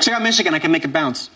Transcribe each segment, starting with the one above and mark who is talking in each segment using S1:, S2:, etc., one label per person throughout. S1: Check out Michigan. I can make it bounce.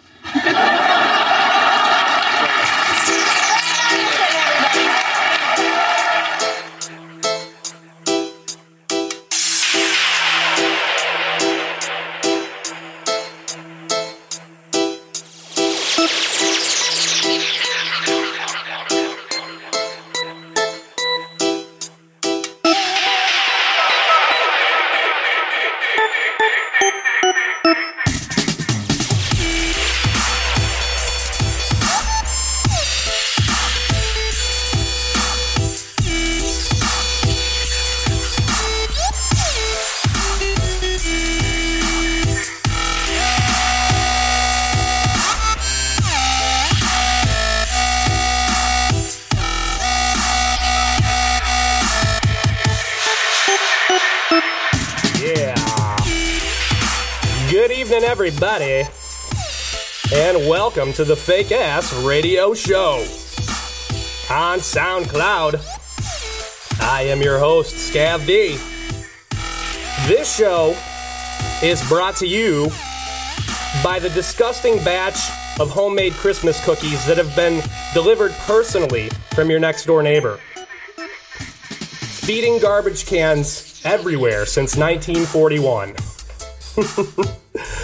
S2: Yeah. Good evening, everybody, and welcome to the Fake Ass Radio Show on SoundCloud. I am your host, Scav D. This show is brought to you by the disgusting batch of homemade Christmas cookies that have been delivered personally from your next door neighbor feeding garbage cans everywhere since 1941.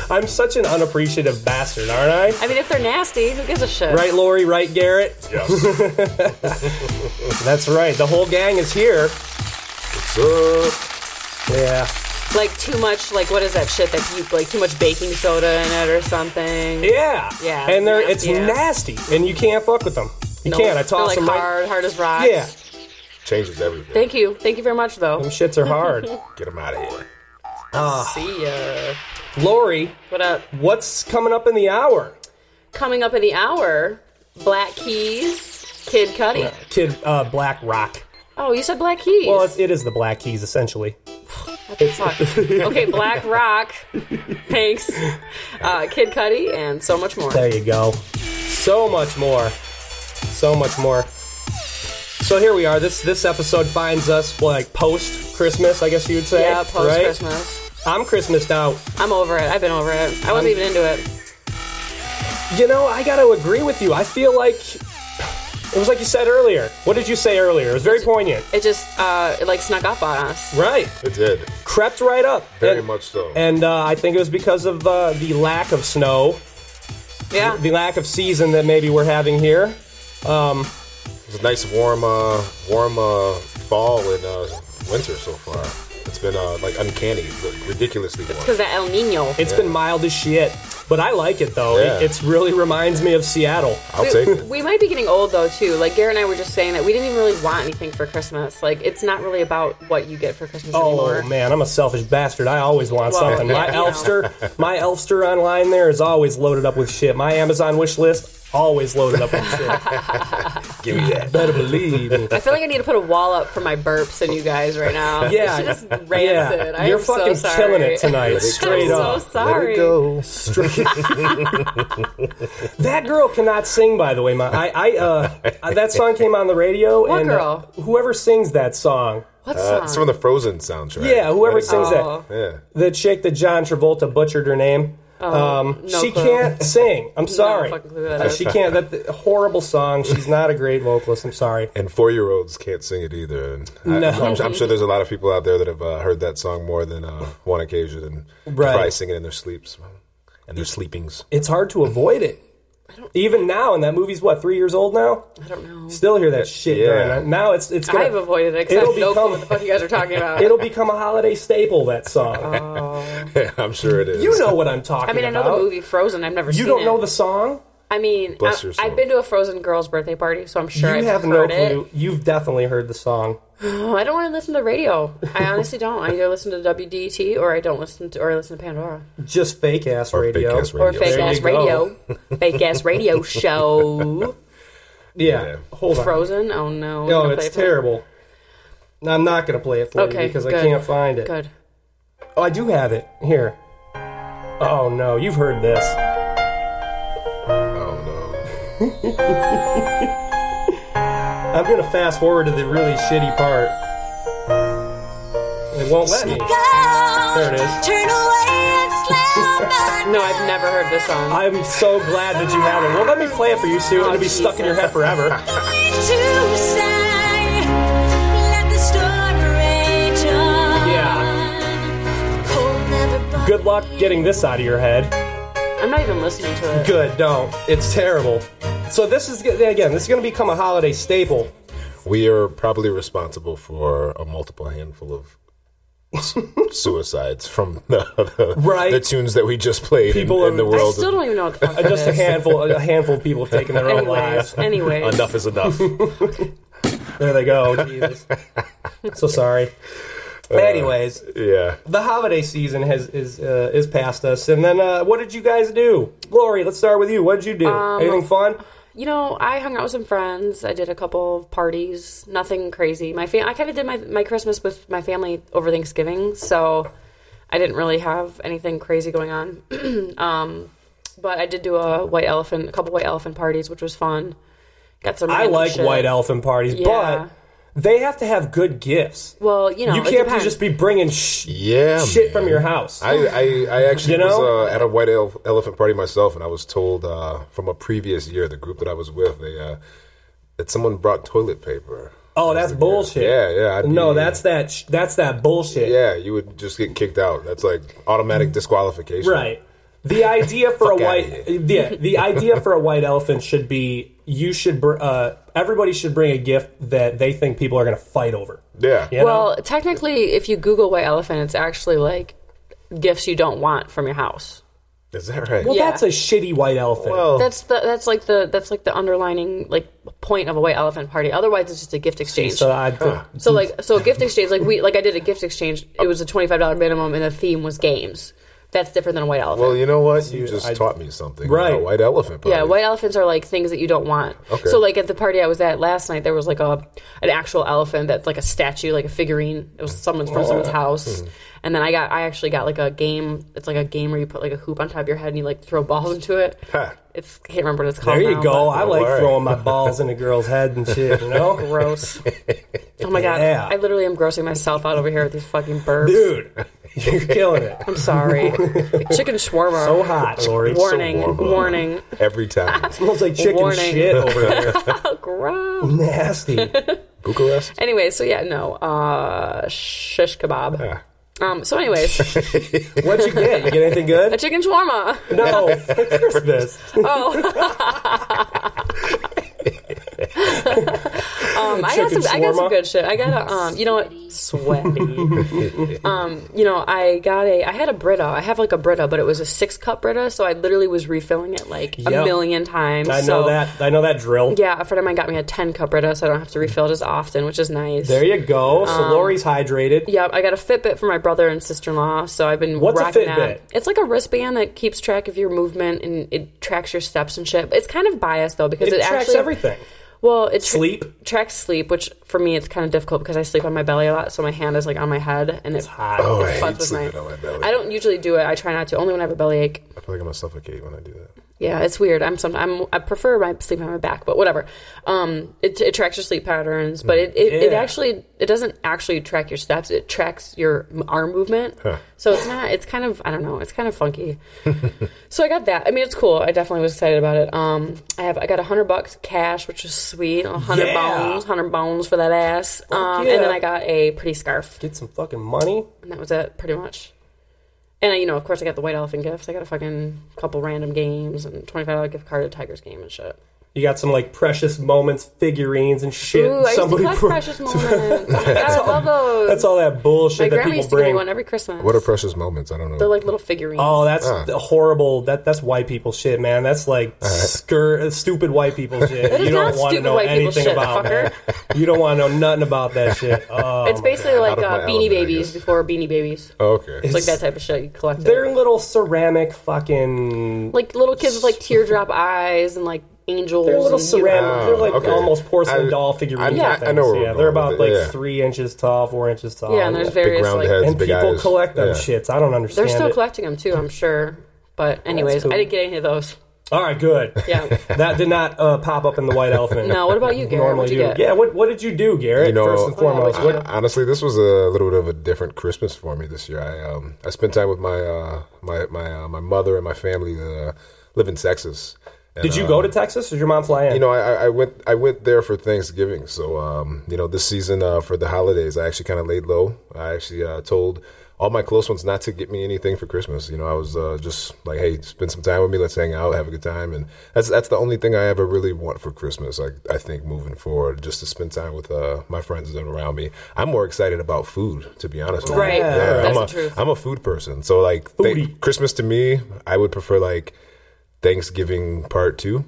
S2: I'm such an unappreciative bastard, aren't I?
S3: I mean, if they're nasty, who gives a shit?
S2: Right, Lori? Right, Garrett?
S4: Yes.
S2: That's right. The whole gang is here.
S4: What's up?
S2: Yeah.
S3: Like too much. Like what is that shit that you like too much baking soda in it or something?
S2: Yeah.
S3: Yeah,
S2: And they're
S3: yeah,
S2: it's
S3: yeah.
S2: nasty, and you can't fuck with them. You
S3: No,
S2: can't. I
S3: they're
S2: toss
S3: like
S2: them right.
S3: hard, hard as rocks.
S2: Yeah.
S4: Changes everything.
S3: Thank you. Thank you very much, though.
S2: Them shits are hard. Ah.
S4: Get them out of here.
S3: See ya.
S2: Lori,
S3: What up?
S2: what's coming up in the hour?
S3: Coming up in the hour, Black Keys, Kid Cudi.
S2: Kid uh, Black Rock.
S3: Oh, you said Black Keys.
S2: Well, it's, it is the Black Keys essentially.
S3: Fuck. okay, Black Rock. Thanks. Uh, Kid Cudi and so much more.
S2: There you go. So much more. So much more. So here we are. This this episode finds us like post Christmas, I guess you would say.
S3: Yeah, post
S2: right?
S3: Christmas.
S2: I'm Christmased out.
S3: I'm over it. I've been over it. I wasn't even into it.
S2: You know, I gotta agree with you. I feel like it was like you said earlier. What did you say earlier? It was very poignant.
S3: It just uh, it like snuck up on us.
S2: Right.
S4: It did.
S2: Crept right up.
S4: Very
S2: and,
S4: much so.
S2: And uh, I think it was because of uh, the lack of snow,
S3: Yeah.
S2: the lack of season that maybe we're having here. Um,
S4: It's a nice warm, uh, warm uh, fall and uh, winter so far. It's been uh, like uncanny, like, ridiculously warm.
S3: Because that El Nino.
S2: It's been mild as shit, but I like it though.
S4: Yeah.
S2: It it's really reminds me of Seattle.
S4: I'll
S3: we,
S4: take it.
S3: we might be getting old though too. Like Garrett and I were just saying that we didn't even really want anything for Christmas. Like it's not really about what you get for Christmas
S2: Oh
S3: anymore.
S2: man, I'm a selfish bastard. I always want
S3: Well,
S2: something. My
S3: yeah, you know.
S2: Elfster, my Elfster online there is always loaded up with shit. My Amazon wish list always loaded up with shit.
S4: Give me that.
S2: Better believe me.
S3: I feel like I need to put a wall up for my burps and you guys right now.
S2: Yeah,
S3: It's just rancid.
S2: yeah.
S3: I am
S2: You're
S3: so
S2: fucking
S3: sorry.
S2: killing it tonight, straight
S3: I'm
S2: up.
S3: so sorry.
S4: go.
S2: Straight- that girl cannot sing, by the way. My, I, I, uh, that song came on the radio,
S3: What
S2: and uh,
S3: girl?
S2: whoever sings that song,
S3: What
S4: Uh,
S3: song?
S4: it's from the Frozen soundtrack.
S2: yeah, whoever
S4: Let it go.
S2: sings that,
S3: Oh.
S4: Yeah.
S2: the chick that John Travolta butchered her name. um,
S3: Oh, no
S2: she
S3: clue.
S2: can't sing. I'm sorry.
S3: fucking clue who that
S2: Uh,
S3: is.
S2: she can't. That th- horrible song. She's not a great vocalist. I'm sorry.
S4: And four year olds can't sing it either. And
S2: No.
S4: I, I'm, I'm sure there's a lot of people out there that have uh, heard that song more than uh, one occasion and
S2: Right.
S4: probably sing it in their sleeps and their sleepings.
S2: It's hard to avoid it. Even now, and that movie's what three years old now.
S3: I don't know.
S2: Still hear that shit.
S4: Yeah.
S2: during that. Now it's it's. Gonna,
S3: I've avoided it because I
S2: It'll
S3: have no clue
S2: become-
S3: what the fuck you guys are talking about. Oh.
S2: It'll become a holiday staple. That song.
S4: I'm sure it is.
S2: you know what I'm talking
S3: I mean, I know
S2: about.
S3: the movie Frozen. I've never
S2: You
S3: seen
S2: don't
S3: it.
S2: know the song.
S3: I mean,
S4: Bless
S3: I,
S4: your soul.
S3: I've been to a Frozen girl's birthday party, so I'm sure
S2: you
S3: I've
S2: have no
S3: heard it.
S2: clue. You've definitely heard the song.
S3: Oh, I don't want to listen to the radio. I honestly don't. I either listen to WDT or I don't listen to or I listen to Pandora
S2: Just fake ass
S4: Or
S2: radio.
S4: fake ass radio.
S3: or fake
S2: There
S3: ass
S2: you go.
S3: radio, fake ass radio show.
S2: Yeah.
S4: Yeah.
S2: Hold on.
S3: Frozen. Oh no. We're
S2: No,
S3: gonna play
S2: it's
S3: it for you?
S2: terrible. No, I'm not gonna play it for
S3: Okay,
S2: you because I
S3: good.
S2: can't find it.
S3: Good.
S2: Oh, I do have it here. Oh no, you've heard this.
S4: Oh, no.
S2: I'm gonna fast forward to the really shitty part. It won't let me.
S5: There
S2: it is.
S5: Turn away and slam
S3: No, I've never heard this song.
S2: I'm so glad that you haven't. Well, let me play it for you, Sue.
S3: Oh,
S2: It'll be stuck in your
S3: Jesus.
S2: head forever.
S1: Yeah.
S2: Good luck getting this out of your head.
S3: I'm not even listening to it.
S2: Good, no. It's terrible. So this is again, this is going to become a holiday staple.
S4: We are probably responsible for a multiple handful of s- suicides from the, the,
S2: Right.
S4: the tunes that we just played
S2: People
S4: People in,
S2: are-
S4: the
S3: I
S4: world.
S3: still don't even know what the fuck that
S2: Just a
S3: is.
S2: handful a handful of people have taken their own lives.
S3: Anyways, anyways.
S4: Enough is enough.
S2: There they go. Jesus. so sorry.
S3: Uh.
S2: Anyways,
S4: yeah.
S2: the holiday season has is uh, is past us, and then uh, what did you guys do? Lori, let's start with you. What did you do?
S3: Um,
S2: Anything fun?
S3: You know, I hung out with some friends. I did a couple of parties. Nothing crazy. My fam- I kind of did my my Christmas with my family over Thanksgiving, so I didn't really have anything crazy going on. um, but I did do a white elephant, a couple white elephant parties, which was fun. Got some.
S2: I
S3: random
S2: like
S3: shit.
S2: white elephant parties,
S3: Yeah.
S2: but they have to have good gifts.
S3: Well, you know,
S2: you
S3: it
S2: can't
S3: depends.
S2: just be bringing sh-
S4: Yeah.
S2: shit from
S4: man.
S2: your house.
S4: I, I, I actually
S2: You know?
S4: was uh, at a white elef- elephant party myself, and I was told uh, from a previous year, the group that I was with, they, uh, that someone brought toilet paper.
S2: oh,
S4: as
S2: that's
S4: a gift.
S2: bullshit.
S4: Yeah, yeah. I'd
S2: No,
S4: be-
S2: that's that. Sh- that's that bullshit.
S4: Yeah, you would just get kicked out. That's like automatic disqualification.
S2: Mm. Right. The idea for a
S4: Fuck outta
S2: white yeah, the idea for a white elephant should be you should br- uh, everybody should bring a gift that they think people are going to fight over.
S4: Yeah.
S2: You know?
S3: Well, technically, if you Google white elephant, it's actually like gifts you don't want from your house.
S4: Is that right?
S2: Well,
S3: yeah.
S2: that's a shitty white elephant.
S4: Well,
S3: That's the that's like the that's like the underlining like point of a white elephant party. Otherwise, it's just a gift exchange.
S2: so I
S3: So like so a gift exchange like we like I did a gift exchange. It was a twenty five dollar minimum and the theme was games. That's different than a white elephant.
S4: well, you know what? You just
S2: I-
S4: taught me something.
S2: Right.
S4: about White elephant party.
S3: yeah, white elephants are like things that you don't want.
S4: Okay.
S3: So like at the party I was at last night, there was like a an actual elephant that's like a statue, like a figurine. It was someone's from
S2: Oh.
S3: someone's
S2: Hmm.
S3: house. And then I got I actually got like a game. It's like a game where you put like a hoop on top of your head and you like throw balls into it.
S4: Ha.
S3: It's can't remember what it's called.
S2: there you
S3: now,
S2: go.
S3: but-
S2: I like
S4: Alright.
S2: throwing my balls in a girl's head and shit. You know,
S3: Gross. oh my god.
S2: Yeah.
S3: I literally am grossing myself out over here with these fucking burps.
S2: dude, you're killing it.
S3: I'm sorry. Chicken shawarma.
S2: So hot, Lori.
S3: warning.
S4: warm.
S3: warning.
S4: Every time.
S2: Smells like chicken
S3: Warning.
S2: shit over there.
S3: Gross.
S2: Nasty.
S4: Bucharest.
S3: Anyway, so yeah, no. Uh shish kebab.
S4: Yeah.
S3: Um so anyways,
S2: What'd you get? You get anything
S3: a
S2: good?
S3: chicken shawarma.
S2: No, for Christmas.
S3: Oh. um, I got
S2: Chicken
S3: some. I got
S2: shawarma.
S3: some good shit. I got a. Um, you know what? Sweaty. um, you know, I got a. I had a Brita. I have like a Brita, but it was a six cup Brita, so I literally was refilling it like
S2: Yep.
S3: a million times.
S2: I know
S3: so,
S2: that. I know that drill.
S3: Yeah, a friend of mine got me a ten cup Brita, so I don't have to refill it as often, which is nice. Um,
S2: There you go. So Lori's hydrated.
S3: Yeah, I got a Fitbit for my brother and sister in law, so I've been
S2: What's a
S3: rocking
S2: Fitbit?
S3: that. It's like a wristband that keeps track of your movement and it tracks your steps and shit. But it's kind of biased though because
S2: It,
S3: it,
S2: tracks
S3: actually
S2: everything.
S3: Well, it tra-
S2: Sleep.
S3: tracks sleep, which for me it's kind of difficult because I sleep on my belly a lot, so my hand is like on my head and it's
S2: hot.
S4: Oh,
S3: fucks
S4: I hate
S3: with
S4: sleeping
S3: my-
S4: on my belly.
S3: I don't usually do it. I try not to. Only when I have a bellyache.
S4: I feel like I'm gonna suffocate when I do that.
S3: Yeah, it's weird. I'm some. I'm. I prefer my sleep on my back, but whatever. Um, it, it tracks your sleep patterns, but it it, it
S2: Mm. Yeah.
S3: actually it doesn't actually track your steps. It tracks your m- arm movement. So it's not. It's kind of. I don't know. It's kind of funky. so I got that. I mean, it's cool. I definitely was excited about it. Um, I have. I got a hundred bucks cash, which is sweet. A hundred
S2: Yeah.
S3: bones. Hundred bones for that ass. Um, and
S2: yeah.
S3: then I got a pretty scarf,
S2: Get some fucking money.
S3: and that was it, pretty much. And I, you know, of course, I got the white elephant gifts. I got a fucking couple random games and twenty five dollar gift card to Tigers game and shit.
S2: You got some like precious moments, figurines and shit.
S3: Ooh, I used to collect
S2: brought-
S3: precious moments. God, I love those.
S2: That's all that
S3: My
S2: bullshit that
S3: grandma
S2: people
S3: used to give me
S2: bring.
S3: one every Christmas.
S4: What are precious moments? I don't know. Ah.
S3: They're like little figurines.
S2: Oh, that's the horrible. That that's white people shit, man. That's like skir- stupid white people shit.
S3: That is
S2: you don't
S3: not
S2: want to
S3: stupid
S2: know
S3: white people
S2: anything
S3: shit,
S2: about, man.
S3: fucker.
S2: You don't want to know nothing about that shit. Oh,
S3: it's basically like
S4: God, out of my
S3: uh,
S4: element, I
S3: Beanie Babies
S4: guess.
S3: before Beanie Babies.
S4: oh, okay.
S3: It's like that type of shit you collect.
S2: they're little ceramic fucking.
S3: like little kids with like teardrop eyes and like angels.
S2: They're little
S3: and, you know,
S2: ceramic. they're like
S4: Oh, okay.
S2: almost porcelain
S4: I-
S2: doll figurines.
S4: I-
S2: and
S4: I
S2: things.
S4: know where
S2: yeah,
S4: we're
S2: they're
S4: going with
S2: about
S4: it,
S2: like
S4: yeah.
S2: three inches tall, four inches tall.
S3: yeah, and there's
S4: Big
S3: various
S4: round
S3: like
S4: heads,
S2: and
S4: big
S2: people
S4: eyes.
S2: collect them
S4: Yeah.
S2: shits. I don't understand.
S3: they're still
S2: it.
S3: collecting them too. I'm sure. But anyways,
S2: cool.
S3: I didn't get any of those.
S2: All right, good.
S3: Yeah.
S2: That did not uh, pop up in the white elephant.
S3: No, what about you, Garrett?
S2: Normally,
S3: What'd you
S2: you.
S3: get?
S2: Yeah. What What did you do, Garrett?
S4: You know,
S2: first and
S4: Oh, yeah,
S2: foremost,
S3: what'd you
S2: what,
S3: do?
S4: Honestly, this was a little bit of a different Christmas for me this year. I um, I spent time with my uh, my my uh, my mother and my family that uh, live in Texas. And,
S2: did you
S4: uh,
S2: go to Texas? Or did your mom fly in?
S4: You know, I, I- I went I went there for Thanksgiving. So, um, you know, this season uh, for the holidays, I actually kind of laid low. I actually uh, told all my close ones not to get me anything for Christmas. You know, I was uh, just like, hey, spend some time with me. Let's hang out, have a good time, and that's that's the only thing I ever really want for Christmas. I I think moving forward, just to spend time with uh, my friends that are around me. I'm more excited about food, to be honest. with you.
S3: Right.
S4: Yeah,
S3: That's
S4: I'm
S3: the
S4: a,
S3: truth.
S4: I'm a food person, so like they-
S2: Foodie.
S4: Christmas to me, I would prefer like Thanksgiving part two.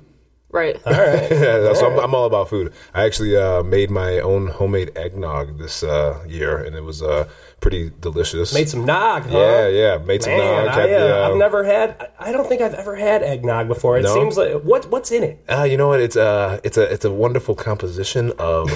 S3: Right.
S2: All right.
S4: Yeah, so I'm, I'm all about food. I actually uh, made my own homemade eggnog this uh, year, and it was uh, pretty delicious.
S2: Made some nog. Huh?
S4: yeah, yeah, made some
S2: Man,
S4: nog.
S2: I,
S4: had the,
S2: uh,
S4: uh,
S2: I've never had. I- I don't think I've ever had eggnog before. It
S4: No?
S2: seems like what What's in it?
S4: Ah, you know what? It's a it's a it's a wonderful composition of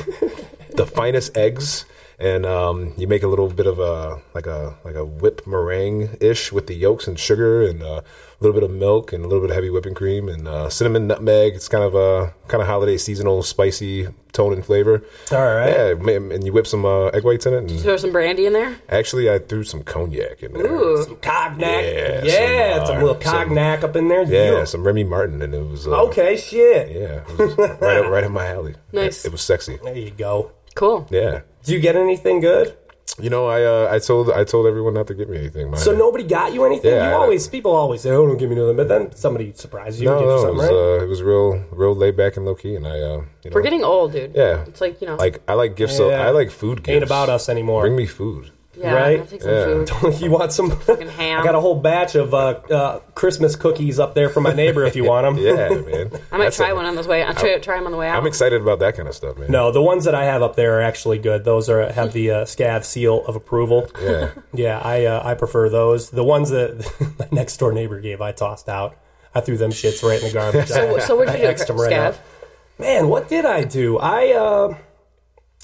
S4: the finest eggs, and um, you make a little bit of a like a like a whip meringue ish with the yolks and sugar and uh, a little bit of milk and a little bit of heavy whipping cream and uh, cinnamon, nutmeg. It's kind of a kind of holiday seasonal spicy tone and flavor.
S2: All right.
S4: Yeah, ma- and you whip some uh, egg whites in it. And
S3: Throw some brandy in there.
S4: actually, I threw some cognac in there.
S3: Ooh.
S2: Cognac.
S4: Yeah,
S2: Yeah,
S4: some,
S2: it's a
S4: uh,
S2: little
S4: some-
S2: cognac up in there.
S4: Yeah,
S2: Yeah.
S4: some Remy Martin, and it was uh,
S2: Okay. Shit.
S4: Yeah, it was right up, right up my alley.
S3: Nice.
S4: It, it was sexy.
S2: There you go.
S3: Cool.
S4: Yeah.
S2: Did you get anything good?
S4: You know, I uh, I told I told everyone not to give me anything. My,
S2: So nobody got you anything.
S4: Yeah,
S2: you
S4: I-
S2: always people always say, "Oh, don't give me nothing," but then somebody surprised you.
S4: no,
S2: and gave you
S4: no, it
S2: something,
S4: was
S2: right?
S4: uh, it was real, real laid back and low key, and I, uh, you know,
S3: We're getting old, dude.
S4: yeah,
S3: It's like, you know.
S4: like I like gifts, uh, so
S2: Yeah.
S4: I like food. Gifts.
S2: Ain't about us anymore.
S4: Bring me food.
S3: yeah,
S2: right?
S3: I'll take some
S4: Yeah.
S3: food.
S2: you want some fucking
S3: ham.
S2: I got a whole batch of uh, uh, Christmas cookies up there for my neighbor if you want them.
S4: Yeah, man.
S3: I might
S4: That's
S3: try
S4: it.
S3: one on this way. I'll try, try them on the way out.
S4: I'm excited about that kind of stuff, man.
S2: No, the ones that I have up there are actually good. Those are have the uh, scav seal of approval.
S4: Yeah.
S2: Yeah, I uh, I prefer those. The ones that my next door neighbor gave, I tossed out. I threw them shits right in the garbage.
S3: So,
S2: I-
S3: so what'd you
S2: I
S3: do,
S2: X'd
S3: Scav?
S2: 'em right out. Man, what did I do? I uh,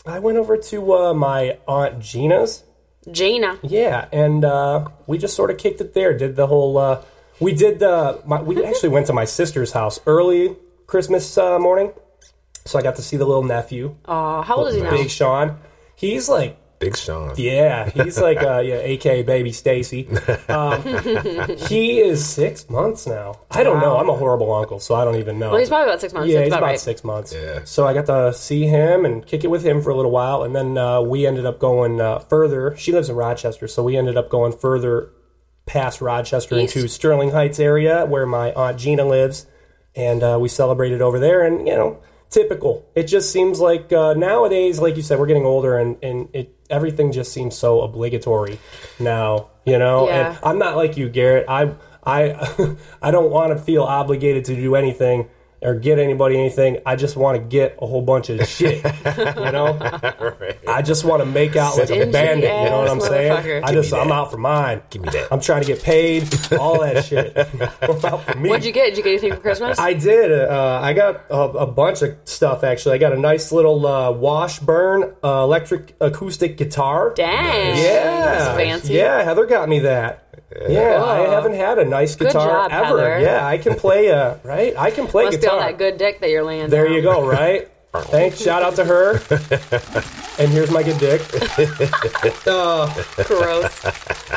S2: I went over to uh, my aunt Gina's.
S3: Gina.
S2: Yeah, and uh, we just sort of kicked it there. Did the whole uh, we did the my, we actually went to my sister's house early Christmas uh, morning, so I got to see the little nephew,
S3: Uh, how old is he now?
S2: Big Sean. He's like
S4: Big Sean.
S2: yeah, he's like uh, yeah, aka baby Stacy. Um, he is six months now. I don't know. I'm a horrible uncle, so I don't even know.
S3: Well, he's probably about six months.
S2: Yeah,
S3: That's
S2: he's about
S3: right.
S2: six months.
S4: Yeah.
S2: So I got to see him and kick it with him for a little while, and then uh, we ended up going uh, further. She lives in Rochester, so we ended up going further past Rochester
S3: East.
S2: into Sterling Heights area where my aunt Gina lives, and uh, we celebrated over there. And you know, typical. It just seems like uh, nowadays, like you said, we're getting older, and and it everything just seems so obligatory now. You know,
S3: Yeah.
S2: and I'm not like you, Garrett. I I I don't want to feel obligated to do anything or get anybody anything. I just want to get a whole bunch of shit. you know, I just want to make out like a
S3: Stingy
S2: bandit. You know what I'm
S3: ass
S2: saying?
S3: motherfucker.
S2: I just I'm out for mine. Give
S4: me that.
S2: I'm trying to get paid. All that shit. I'm out for me.
S3: What'd you get? Did you get anything for Christmas?
S2: I did. Uh, I got a, a bunch of stuff actually. I got a nice little uh, Washburn uh, electric acoustic guitar.
S3: Dang.
S2: Yeah,
S3: That's fancy.
S2: Yeah, Heather got me that. Yeah, I
S3: Cool.
S2: haven't had a nice guitar
S3: job,
S2: ever.
S3: Heather.
S2: Yeah, I can play. Uh, right, I can play
S3: Must be
S2: guitar.
S3: all that good dick that you're laying.
S2: There
S3: down.
S2: you go. Right. Thanks. Shout out to her. and here's my good dick. Uh,
S3: Gross.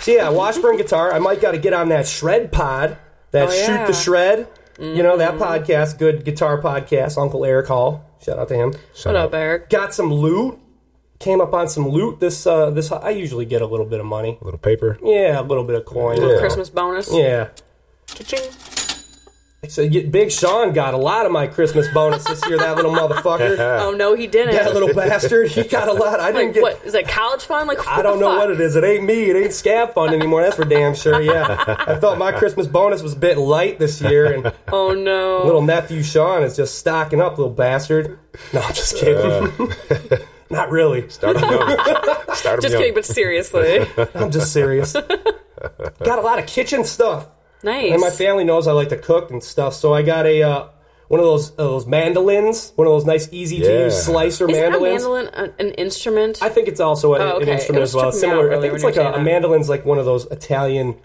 S2: So yeah, Washburn guitar. I might got to get on that shred pod. That
S3: Oh,
S2: shoot
S3: yeah. Mm-hmm.
S2: the shred. You know that podcast, good guitar podcast. Uncle Eric Hall. Shout out to him. Uh,
S3: what up, Eric?
S2: Got some loot. Came up on some loot. This uh, this I usually get a little bit of money.
S4: Little paper.
S2: Yeah, a little bit of coin.
S4: Yeah.
S3: Christmas bonus.
S2: Yeah. So you- Big Sean got a lot of my Christmas bonus this year. That little motherfucker,
S3: Oh no, he didn't.
S2: that little bastard, he got a lot. I didn't
S3: like
S2: get.
S3: what is that college fund? Like
S2: I don't know what it is. It ain't me. It ain't scab fund anymore. That's for damn sure. Yeah, I thought my Christmas bonus was a bit light this year, and
S3: Oh no.
S2: little nephew Sean is just stocking up, little bastard. No, I'm just kidding. Not really.
S4: Uh, Start 'em young. Start 'em
S3: Just
S4: young.
S3: kidding, but seriously.
S2: I'm just serious. Got a lot of kitchen stuff.
S3: nice.
S2: And my family knows I like to cook and stuff, so I got a uh, one of those uh, those mandolins, one of those nice, easy to
S4: Yeah.
S2: use slicer
S3: Isn't
S2: mandolins.
S3: a mandolin an, an instrument?
S2: I think it's also a,
S3: Oh,
S2: an
S3: okay. It
S2: instrument
S3: was
S2: as well,
S3: tripping me
S2: similar.
S3: out really
S2: I think it's
S3: when
S2: like
S3: you
S2: a,
S3: were
S2: a
S3: saying that.
S2: mandolin's like one of those Italian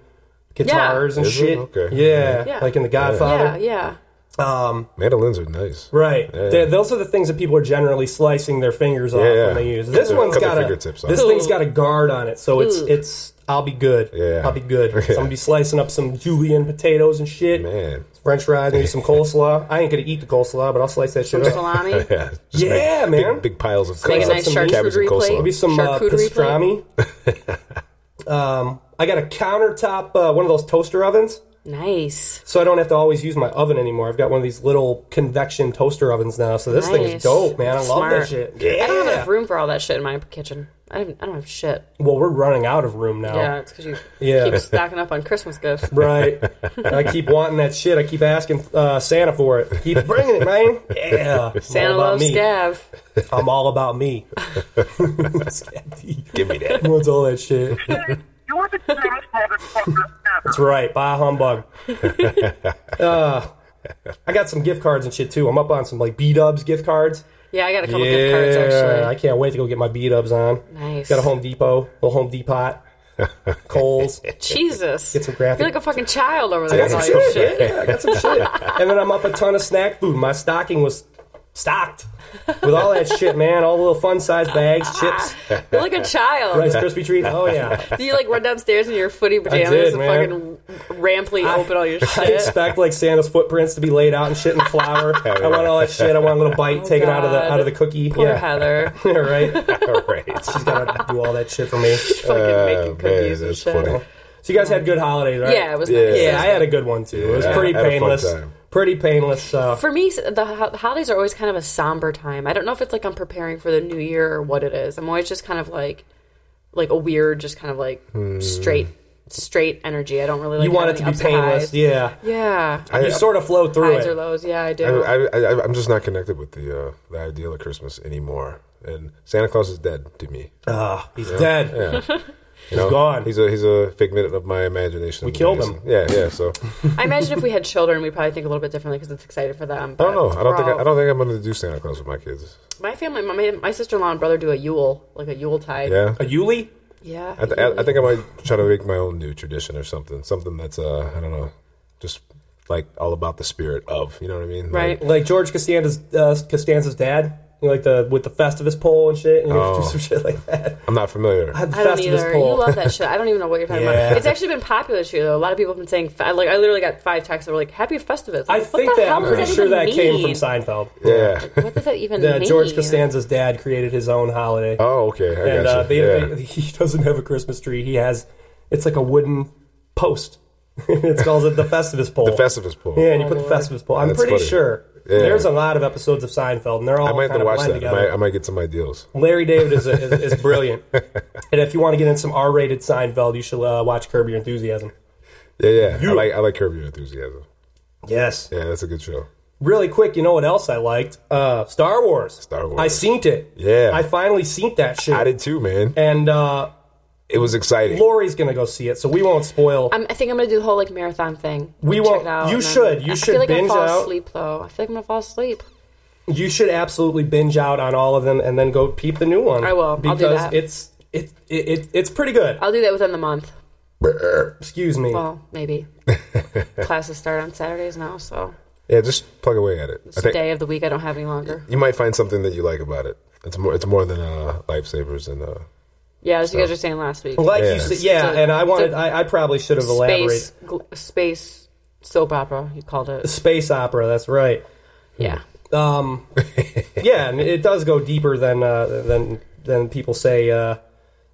S2: guitars and
S4: Is it?
S2: shit.
S4: Okay.
S2: Yeah,
S3: Mm-hmm. Yeah.
S2: like in The Godfather.
S3: yeah, yeah.
S2: Um,
S4: Mandolins are nice.
S2: right. They're- Those are the things that people are generally slicing their fingers off
S4: yeah.
S2: when they use. This
S4: Cut their-
S2: one's
S4: cut their
S2: got a
S4: fingertips off.
S2: this thing's got a guard on it, so it's
S3: Ooh.
S2: it's. I'll be good.
S4: Yeah.
S2: I'll be good. So I'm
S4: Yeah.
S2: gonna be slicing up some julienne potatoes and shit.
S4: Man.
S2: French fries, maybe some coleslaw. I ain't gonna eat the coleslaw, but I'll slice that shit
S3: Some
S2: up.
S3: salami.
S4: Yeah, just
S2: Yeah,
S4: make,
S2: man.
S4: Big, big piles of
S3: Make
S2: a nice
S4: cabbage and
S3: charcuterie plate.
S4: coleslaw.
S2: Maybe some uh,
S3: Charcuterie
S2: pastrami. um, I got a countertop, uh, one of those toaster ovens,
S3: Nice.
S2: so I don't have to always use my oven anymore. I've got one of these little convection toaster ovens now, so this
S3: Nice.
S2: thing's dope, man. I love
S3: Smart.
S2: that shit.
S3: I don't have
S2: Yeah.
S3: enough room for all that shit in my kitchen. I don't, I don't have shit.
S2: Well, we're running out of room now.
S3: Yeah, it's because you
S2: Yeah.
S3: keep stocking up on Christmas gifts.
S2: Right. I keep wanting that shit. I keep asking uh, Santa for it. Keep bringing it, man. Yeah. I'm
S3: Santa
S2: all about
S3: loves
S2: me.
S3: Scav.
S2: I'm all about me. Scav D.
S4: Give me that.
S2: What's all that shit?
S1: You're the saddest motherfucker ever.
S2: That's right. Buy a humbug. uh, I got some gift cards and shit too. I'm up on some like B Dubs gift cards.
S3: Yeah, I got a couple gift cards actually.
S2: I can't wait to go get my B Dubs on.
S3: Nice.
S2: Got a Home Depot, little Home Depot, Kohl's.
S3: Jesus.
S2: Get some graphic.
S3: You're like a fucking child over there. with all
S2: That's
S3: your
S2: some
S3: shit.
S2: shit. Yeah, I got some shit. And then I'm up a ton of snack food. My stocking was stocked with all that shit, man. All the little fun size bags, chips,
S3: You're like a child.
S2: Rice Krispie treat. Oh yeah.
S3: Do you like run downstairs in your footy pajamas
S2: did,
S3: and
S2: man.
S3: fucking ramply open all your
S2: I
S3: shit?
S2: expect like Santa's footprints to be laid out and shit in flour. I want all that shit. I want a little bite taken out of the
S3: Oh, God.
S2: out of the cookie.
S3: Poor
S2: yeah.
S3: Heather.
S2: Yeah, right.
S4: All right.
S2: She's gotta do all that shit for me.
S3: fucking making
S4: Oh, man,
S3: cookies and
S4: that's
S3: shit.
S4: funny.
S2: So you guys had good holidays, right?
S3: Yeah, it was
S4: Yeah.
S3: nice.
S2: Yeah, I had a good one too. it was
S4: Yeah,
S2: pretty
S4: I had a fun
S2: painless.
S4: time.
S2: Pretty painless. Uh,
S3: For me, the ho- holidays are always kind of a somber time. I don't know if it's like I'm preparing for the new year or what it is. I'm always just kind of like, like a weird, just kind of like straight, straight energy. I don't really. Like
S2: Hmm. you want
S3: have
S2: it to
S3: any
S2: be
S3: ups and
S2: painless,
S3: highs.
S2: yeah.
S3: Yeah.
S4: I-
S2: You sort of flow through
S3: highs
S2: it.
S3: or lows. Yeah, I do.
S4: I, I, I, I'm just not connected with the uh, the ideal of Christmas anymore. And Santa Claus is dead to me.
S2: Ah, he's dead.
S4: He's
S2: gone.
S4: He's a he's a figment of my imagination. We
S2: killed him.
S4: Yeah, yeah. So
S3: I imagine if we had children, we'd probably think a little bit differently because it's excited for them.
S4: I don't know. I don't think I, I don't think I'm going to do Santa Claus with my kids.
S3: My family, my, my sister in law and brother do a Yule, like a Yule tide.
S4: Yeah.
S2: A Yuli?
S3: Yeah.
S4: I, th- I, I think I might try to make my own new tradition or something. Something that's uh, I don't know, just like all about the spirit of. You know what I mean?
S3: Right.
S4: Like,
S2: Like George Costanza's uh, Costanza's dad, you know, like the with the Festivus pole and shit, and you know,
S4: Oh.
S2: do some shit like that.
S4: I'm not familiar.
S2: I had the
S3: I don't
S2: Festivus
S3: either.
S2: pole.
S3: You love that shit. I don't even know what you're talking
S2: Yeah.
S3: about. It's actually been popular this year, though. A lot of people have been saying, I, like, I literally got five texts that were like, "Happy Festivus."
S2: I
S3: Like, what
S2: think
S3: the
S2: that
S3: hell
S2: I'm
S3: does
S2: pretty
S3: that
S2: sure
S3: even
S2: that came from
S3: mean?
S2: Seinfeld.
S4: yeah.
S3: What does that even
S2: The
S3: mean?
S2: George Costanza's dad created his own holiday,
S4: Oh, okay. I
S2: and
S4: gotcha.
S2: uh, they,
S4: yeah.
S2: they- he doesn't have a Christmas tree. He has it's like a wooden post. it's called it the Festivus pole.
S4: the Festivus pool.
S2: yeah, and you put
S3: Oh,
S2: the Festivus pole. I'm
S4: That's
S2: pretty
S4: funny.
S2: sure.
S4: Yeah.
S2: There's a lot of episodes of Seinfeld, and they're all
S4: I might have
S2: kind
S4: to
S2: of
S4: watch
S2: blend
S4: that. I
S2: together.
S4: might, I might get some ideas.
S2: Larry David is, is, is brilliant. and if you want to get in some R-rated Seinfeld, you should uh, watch Curb Your Enthusiasm.
S4: Yeah, yeah. I like I like Curb Your Enthusiasm.
S2: Yes.
S4: Yeah, that's a good show.
S2: Really quick, you know what else I liked? Uh, Star Wars.
S4: Star Wars.
S2: I seen it.
S4: Yeah.
S2: I finally seen that shit.
S4: I did too, man.
S2: and uh,
S4: It was exciting.
S2: Lori's gonna go see it, so we won't spoil.
S3: I'm, I think I'm gonna do the whole like marathon thing.
S2: We
S3: Check
S2: won't-
S3: It out
S2: you
S3: and then-
S2: should. You
S3: I
S2: should
S3: feel like
S2: binge
S3: I'll fall
S2: out.
S3: asleep though. I feel like I'm gonna fall asleep.
S2: you should absolutely binge out on all of them and then go peep the new one.
S3: I will. I'll do
S2: because
S3: that.
S2: it's it, it, it it's pretty good.
S3: I'll do that within the month.
S2: Excuse me.
S3: Well, maybe. Classes start on Saturdays now, so
S4: Yeah, just plug away at it. I
S3: it's a
S4: think
S3: day of the week I don't have any longer.
S4: you might find something that you like about it. It's more. It's more than uh, lifesavers and uh,
S3: Yeah, as you guys were saying last week.
S2: like
S4: Yeah.
S2: you said, yeah.
S3: It's a-
S2: and I wanted.
S3: it's a-
S2: I, I probably should have
S3: space
S2: elaborated.
S3: gl- space soap opera you called it
S2: Space opera. That's right.
S3: yeah
S2: Um, yeah, and it does go deeper than uh, than than people say. Uh,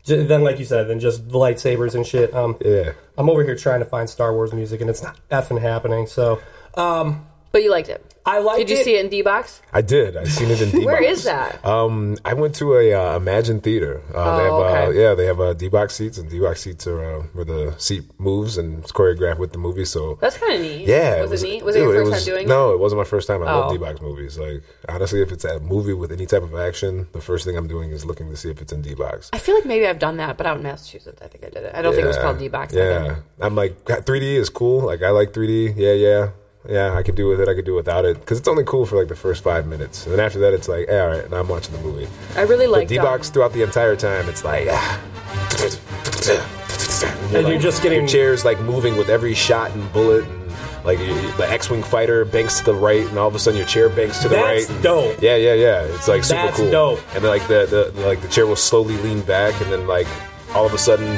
S2: j- than like you said, than just lightsabers and shit. Um,
S4: yeah.
S2: I'm over here trying to find Star Wars music, and it's not effing happening. So um,
S3: but you liked it
S2: I liked
S3: did you see it in d-box
S4: I did. I seen it in D-box.
S3: where is that
S4: Um, I went to a uh, Imagine Theater. Uh,
S3: Oh,
S4: they have, uh,
S3: okay.
S4: Yeah, they have uh, D-box seats, and D-box seats are uh, where the seat moves and it's choreographed with the movie. So
S3: that's kind of neat
S4: yeah,
S3: was it, neat was it your
S4: dude,
S3: first
S4: was-
S3: time doing it
S4: No, it wasn't my first time. I love
S3: Oh.
S4: D-box movies. Like honestly, if it's a movie with any type of action, the first thing I'm doing is looking to see if it's in D-box.
S3: i feel like maybe i've done that but out in massachusetts i think i did it i don't think it was called d-box I
S4: Yeah,
S3: think.
S4: I'm like God, 3D is cool. Like I like 3D. Yeah, yeah, yeah. I could do with it. I could do without it because it's only cool for like the first five minutes, and then after that, it's like, eh, all right, now I'm watching the movie.
S3: i really
S4: But
S3: liked um, uh,
S4: D box throughout the entire time, it's like. Ah. And
S2: you're just getting-
S4: your chairs like moving with every shot and bullet and like you- you- the X-wing fighter banks to the right, and all of a sudden your chair banks to the
S2: That's
S4: right. and-
S2: dope.
S4: Yeah, yeah, yeah. It's like super
S2: That's
S4: cool.
S2: dope.
S4: And then like the, the like the chair will slowly lean back, and then like all of a sudden.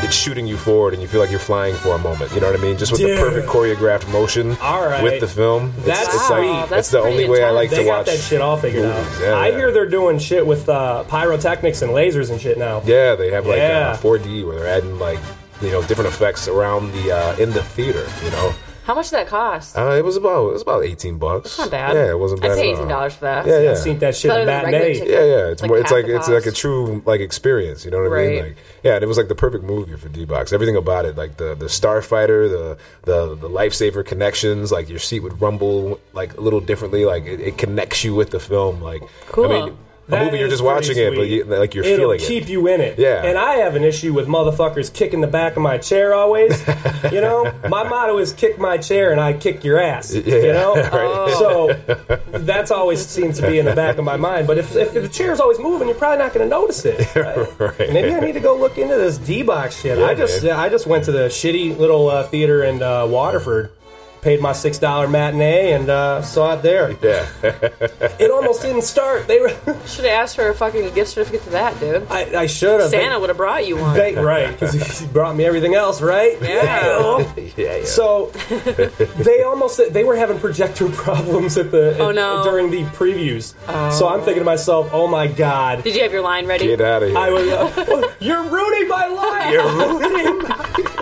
S4: It's shooting you forward, and you feel like you're flying for a moment. You know what I mean? Just with
S2: Dude.
S4: the perfect choreographed motion
S2: All right.
S4: with the film. It's,
S2: That's
S4: it's
S2: sweet.
S4: like
S3: That's
S4: it's the
S3: pretty
S4: only way I like
S3: intense.
S2: They
S4: to
S2: got
S4: watch
S2: that shit all figured out.
S4: movies. Yeah,
S2: I
S4: yeah.
S2: hear they're doing shit with uh, pyrotechnics and lasers and shit now.
S4: Yeah, they have like
S2: Yeah.
S4: Uh, 4D where they're adding like you know different effects around the uh, in the theater. You know,
S3: How much did that cost?
S4: uh, it was about it was about eighteen bucks.
S3: Not bad.
S4: Yeah, it wasn't bad.
S3: I paid
S4: at all.
S3: eighteen dollars for that.
S4: Yeah, yeah.
S2: I've seen that shit
S3: Better
S2: in
S3: than regular
S2: matinee.
S3: tickets.
S4: yeah, yeah, it's
S3: Like
S4: more. It's
S3: half
S4: like
S3: the
S4: it's like a
S3: cost.
S4: true like experience. You know what I mean?
S3: Right.
S4: Like, yeah, and it was like the perfect movie for D box. Everything about it, like the the starfighter, the the the lifesaver connections. Like your seat would rumble like a little differently. Like it, it connects you with the film. Like
S3: Cool.
S4: I mean, a
S2: That
S4: movie you're
S2: is
S4: just
S2: pretty
S4: watching it, but
S2: sweet.
S4: you, like you're
S2: It'll
S4: feeling
S2: keep
S4: it.
S2: you in it.
S4: Yeah.
S2: And I have an issue with motherfuckers kicking the back of my chair always. you know, my motto is kick my chair and I kick your ass. You
S4: yeah,
S2: know,
S4: right.
S2: so that's always seems to be in the back of my mind. But if, if the chair's always moving, you're probably not going to notice it.
S4: Right.
S2: Maybe I need to go look into this D box shit.
S4: Yeah,
S2: I just
S4: man.
S2: I just went to the shitty little uh, theater in uh, Waterford. Paid my six dollar matinee and uh, saw it there.
S4: Yeah.
S2: It almost didn't start. They were.
S3: Should have asked for a fucking gift certificate to that, dude.
S2: I, I should have.
S3: Santa would have brought you one.
S2: Thank, right, because he brought me everything else, right?
S3: Yeah.
S4: yeah, yeah.
S2: So they almost they were having projector problems at the
S3: Oh, no.
S2: during the previews. So I'm thinking to myself, oh my god,
S3: Did you have your line ready?
S4: Get out of here.
S2: I was uh, you're ruining my life. You're ruining.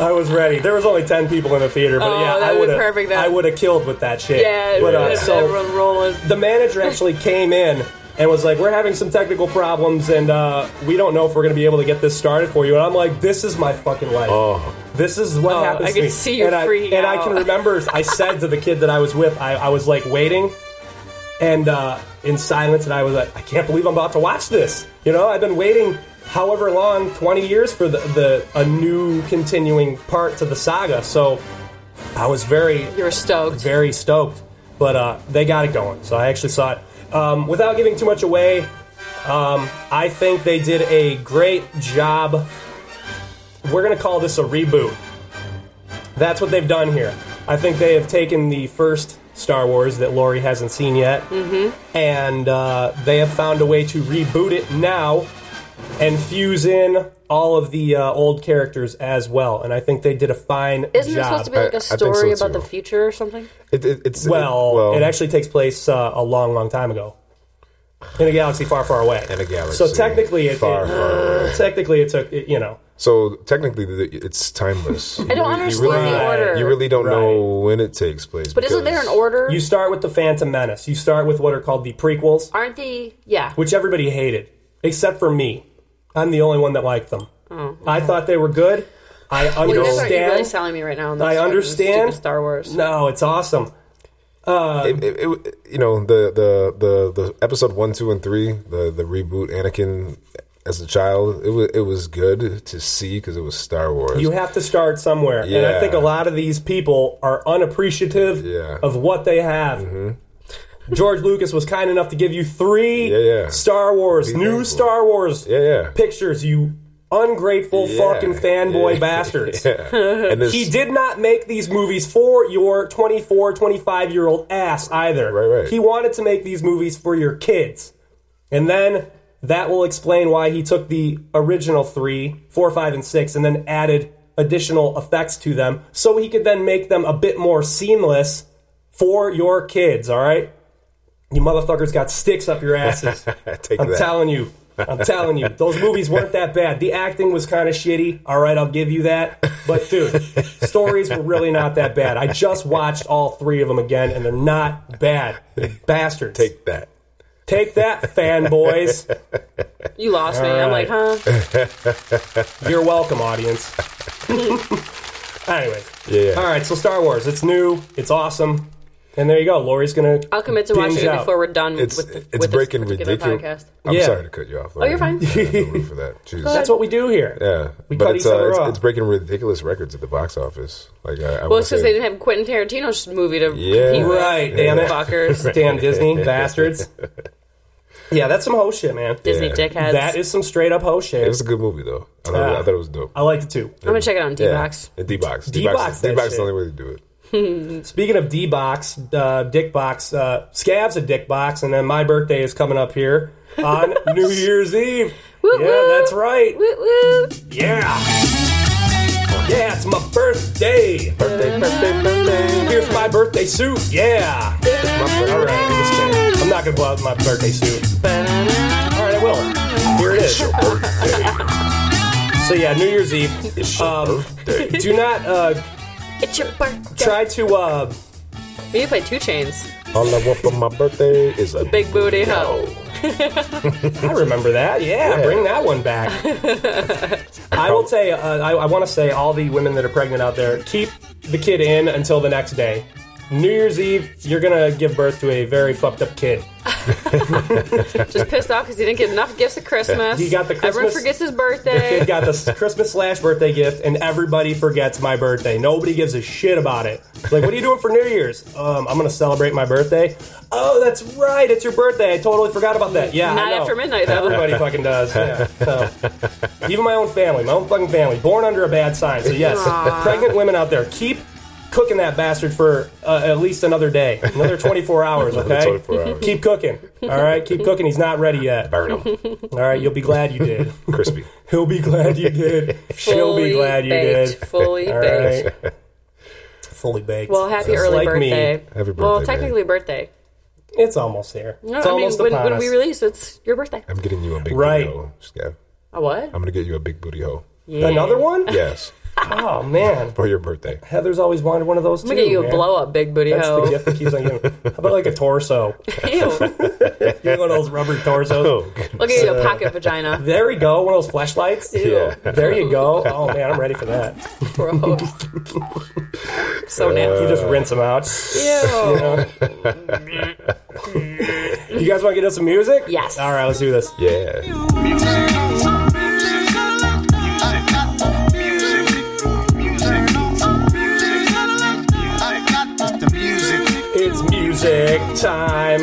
S2: I was ready. There was only ten people in the theater, but
S3: Oh,
S2: yeah,
S3: that
S2: I
S3: would've
S2: would
S3: been perfect
S2: have
S3: then.
S2: I would have killed with that shit.
S3: Yeah,
S2: but uh,
S3: yeah.
S2: so
S3: everyone rolling.
S2: the manager actually came in and was like, "We're having some technical problems, and uh, we don't know if we're going to be able to get this started for you." And I'm like, "This is my fucking life.
S4: Oh.
S2: This is what
S3: Oh,
S2: happens."
S3: I
S2: to
S3: can
S2: me."
S3: see you
S2: and I,
S3: freaking
S2: And I
S3: out.
S2: can remember, I said to the kid that I was with, I, I was like waiting, and uh, in silence, and I was like, "I can't believe I'm about to watch this." You know, I've been waiting. However long, twenty years for the, the a new continuing part to the saga. So, I was very
S3: You were stoked.
S2: very stoked. But uh, they got it going, so I actually saw it. Um, without giving too much away, um, I think they did a great job. We're gonna call this a reboot. That's what they've done here. I think they have taken the first Star Wars that Lori hasn't seen yet, and uh, they have found a way to reboot it now and fuse in all of the uh, old characters as well. And I think they did a fine
S3: Isn't there supposed
S2: job.
S3: to be like
S4: I-
S3: a
S4: I think so,
S3: story about
S4: too.
S3: the future or something?
S4: It, it, it's
S2: Well, it, actually takes place uh, a long, long time ago in a galaxy far, far away.
S4: in a galaxy.
S2: So technically, it,
S4: far,
S2: it-
S4: far away.
S2: technically it took it, you know.
S4: So technically, the- it's timeless. I
S3: don't understand
S2: the order.
S4: You really don't
S2: Right.
S4: know when it takes place.
S3: But isn't there an order?
S2: You start with the Phantom Menace. You start with what are called the prequels,
S3: Aren't they? Yeah.
S2: which everybody hated except for me. I'm the only one that liked them.
S3: Oh.
S2: I thought they were good. I
S3: Well, you guys aren't you really
S2: understand.
S3: selling me right now. On this
S2: I
S3: fucking
S2: understand.
S3: stupid Star Wars.
S2: no, it's awesome. uh,
S4: It, it, it- you know the, the the the episode one, two, and three, the the reboot Anakin as a child. It was it was good to see because it was Star Wars.
S2: You have to start somewhere, and I
S4: Yeah.
S2: think a lot of these people are unappreciative
S4: Yeah. Mm-hmm.
S2: of what they have. George Lucas was kind enough to give you three
S4: Yeah, yeah.
S2: Star Wars, new
S4: thankful.
S2: Star Wars
S4: yeah, yeah.
S2: pictures. You ungrateful
S4: Yeah.
S2: fucking fanboy
S4: Yeah.
S2: bastards.
S4: Yeah. And this,
S2: He did not make these movies for your 24, 25 year old ass either.
S4: Right, right.
S2: He wanted to make these movies for your kids. And then that will explain why he took the original three, four, five, and six, and then added additional effects to them so he could then make them a bit more seamless for your kids, all right? You motherfuckers got sticks up your asses.
S4: Take
S2: I'm
S4: that.
S2: telling you. I'm telling you, those movies weren't that bad. The acting was kind of shitty. All right, I'll give you that. But dude, stories were really not that bad. I just watched all three of them again, and they're not bad. You bastards. Take,
S4: Take that.
S2: that, fanboys.
S3: You lost me. I'm like, huh?
S2: You're welcome, audience. Anyways.
S4: Yeah.
S2: All right, so Star Wars. It's new. It's awesome. And there you go. Lori's going to.
S3: I'll commit to watching
S2: Binge
S3: it
S2: out.
S3: before we're done
S4: It's
S3: with the,
S4: it's
S3: with
S4: breaking
S3: this particular
S4: ridiculous.
S3: podcast.
S4: I'm
S2: Yeah.
S4: sorry to cut you off.
S3: Oh, you're fine.
S4: room for that. Jeez.
S2: That's what we do here.
S4: Yeah,
S2: We
S4: but
S2: cut
S4: it's,
S2: each
S4: uh,
S2: other
S4: it's,
S2: off.
S4: it's breaking ridiculous records at the box office. Like, I, I
S3: Well,
S4: wanna
S3: it's because
S4: say-
S3: they didn't have Quentin Tarantino's movie to
S4: Yeah.
S3: compete with.
S2: Right, damn it.
S3: Fuckers.
S2: Damn Disney bastards. Yeah, that's some hoe shit, man.
S3: Disney
S4: Yeah.
S3: dickheads.
S2: That is some straight up hoe
S4: It
S2: shit.
S4: was a good movie though. I thought,
S2: Yeah.
S4: I thought it was dope.
S2: I liked it too.
S3: I'm gonna check it on D box.
S4: D box.
S2: D-Box that
S4: D box is the
S2: shit.
S4: only way to do it.
S2: Speaking of D box, uh, Dick box, uh, Scab's a Dick box, and then my birthday is coming up here on New Year's Eve.
S3: Woot
S2: yeah,
S3: woot.
S2: that's right.
S3: Woot woot.
S2: Yeah. Yeah, it's my birthday.
S4: Birthday, birthday, birthday.
S2: Here's my birthday suit. Yeah. All right, I'm just kidding. I'm not gonna blow out my birthday suit. All right, I will. Here it is. So yeah, New Year's Eve.
S4: It's your
S2: Um,
S4: birthday.
S2: Do not uh,
S3: It's your birthday.
S2: try to. Uh,
S3: We need to play Two Chains.
S4: All I want for my birthday is a
S3: Big booty hoe.
S4: Oh,
S2: I remember that. Yeah,
S4: Yeah.
S2: bring that one back. I will say. Uh, I, I want to say all the women that are pregnant out there, keep the kid in until the next day. New Year's Eve, you're gonna give birth to a very fucked up kid.
S3: Just pissed off because he didn't get enough gifts at Christmas.
S2: He got the
S3: Everyone
S2: Christmas-
S3: forgets his
S2: Kid
S3: birthday.
S2: got the Christmas slash birthday gift, and everybody forgets my birthday. Nobody gives a shit about it. Like, what are you doing for New Year's? Um, I'm gonna celebrate my birthday. Oh, that's right, it's your birthday. I totally forgot about that. Yeah, I
S3: Not
S2: know.
S3: after midnight, though.
S2: Everybody fucking does. Yeah. So, even my own family, my own fucking family, born under a bad sign. So yes, pregnant women out there, keep cooking that bastard for uh, at least another day, another 24 hours. Okay,
S4: 24 hours.
S2: keep cooking. All right, keep cooking. He's not ready yet.
S4: burn 'em.
S2: All right, you'll be glad you did.
S4: Crispy.
S2: He'll be glad you did. She'll
S3: Fully
S2: be glad you
S3: baked,
S2: did.
S3: Fully
S2: All
S3: baked.
S2: right. Fully baked.
S3: Well, happy
S2: Just
S3: early
S2: like me.
S3: birthday.
S4: Happy
S3: Well,
S4: birthday,
S3: technically birthday.
S2: It's almost here.
S3: No,
S2: it's
S3: I mean,
S2: almost
S3: when,
S2: upon
S3: when we
S2: us.
S3: release, it's your birthday.
S4: I'm getting you a big
S2: Right.
S4: booty hoe, Scab.
S3: A what?
S4: I'm gonna get you a big booty hoe.
S3: Yeah.
S2: Another one?
S4: Yes,
S2: Oh man,
S4: for your birthday.
S2: Heather's always wanted one of those.
S3: I'm gonna get you a
S2: blow.
S3: blow up, big booty
S2: That's the
S3: hoe.
S2: gift that keeps on giving. How about like a torso?
S3: Ew.
S2: You know, one of those rubber
S4: Oh,
S2: torsos.
S3: We'll give you a pocket vagina.
S2: There we go. One of those flashlights.
S4: Yeah.
S2: There you go. Oh man, I'm ready for that. Uh,
S3: Gross. so
S2: You
S3: nasty.
S2: just rinse them out.
S3: Ew.
S2: You guys want to get us some music?
S3: Yes.
S2: All right, let's do this.
S4: Yeah.
S2: It's music time.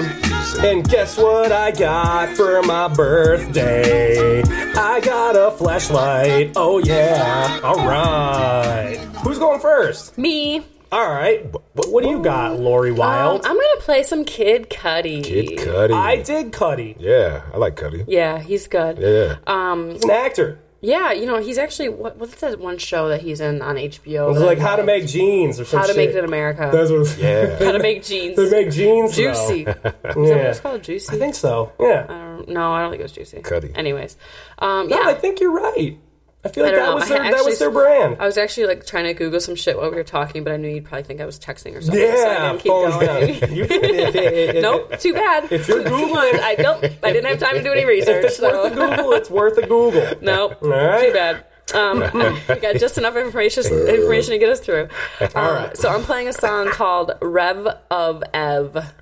S2: And guess what I got for my birthday? I got a flashlight. Oh, yeah. All right. Who's going first?
S3: Me.
S2: All right. What, what do you got, Lori
S3: Um,
S2: Wild?
S3: I'm gonna play some Kid Cudi.
S4: Kid Cudi.
S2: I did Cuddy.
S4: yeah, I like Cuddy.
S3: Yeah, he's good. Um,
S4: Yeah.
S2: He's an actor.
S3: Yeah, you know, he's actually what, what's that one show that he's in on HBO?
S2: It was
S3: that I
S2: like How to
S3: love?
S2: Make Jeans or some
S3: How to Make
S2: shit.
S3: It in America.
S2: That's what it
S4: Yeah.
S3: How to make jeans
S2: was. They make jeans. though.
S3: juicy. Is that what it's
S2: Yeah.
S3: called? Juicy.
S2: I think so. Yeah.
S3: don't- no, I don't think it was juicy.
S4: Cuddy.
S3: Anyways, um,
S2: I
S3: yeah,
S2: think you're right. I feel like
S3: I don't
S2: that
S3: know.
S2: was
S3: I
S2: their that
S3: actually-
S2: was their brand.
S3: I was actually like trying to Google some shit while we were talking, but I knew you'd probably think I was texting or something. so I
S2: Yeah,
S3: didn't keep going.
S2: down. You- if- if- if-
S3: nope, too bad.
S2: If you're
S3: Googling, I don't. I didn't have time to do any research.
S2: If it's
S3: so.
S2: worth a Google, it's worth a Google.
S3: Nope,
S2: right.
S3: too bad. Um, we got just enough information information to get us through. Um, So I'm playing a song called Rev of Ev.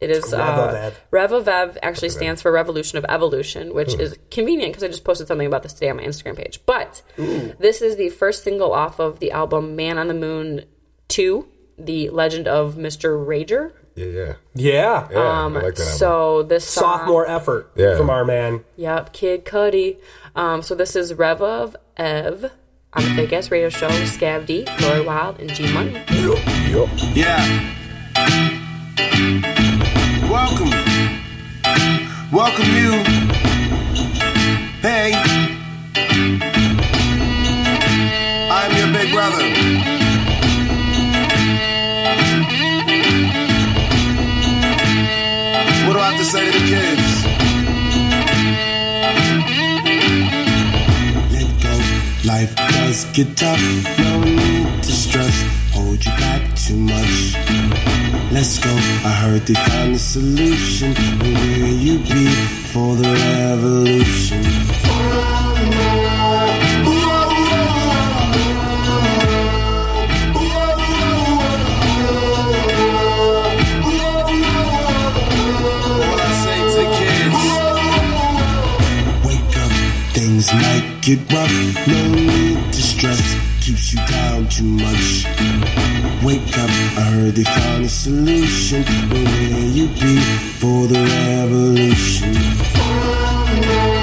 S3: It is
S2: Rev of
S3: uh,
S2: Ev. Hmm.
S3: Rev of Ev actually stands for Revolution of Evolution, which is convenient because I just posted something about this today on my Instagram page. But this is the first single off of the album Man on the Moon Two: The Legend of Mister Rager.
S4: Yeah, yeah.
S2: Yeah.
S4: Yeah, I like that album.
S3: Um, So this song,
S2: Sophomore effort
S4: Yeah.
S2: from our man.
S3: Yep, Kid Cudi. Um, so this is Rev of Ev on the Fake Ass Radio Show. Scab D, Lori Wild, and G Money.
S4: Yup, yup.
S5: Yeah. Welcome. Welcome you. Hey. I'm your big brother. What do I have to say to the kids? let go. Life does get tough, no need to stress. Hold you back too much. Let's go. I heard they found a solution. And will you be for the revolution? What I say to kids. Wake up, things might get rough. No need to stress, keeps you down too much. Wake up, I heard they found a solution. But will you be for the revolution? Yeah.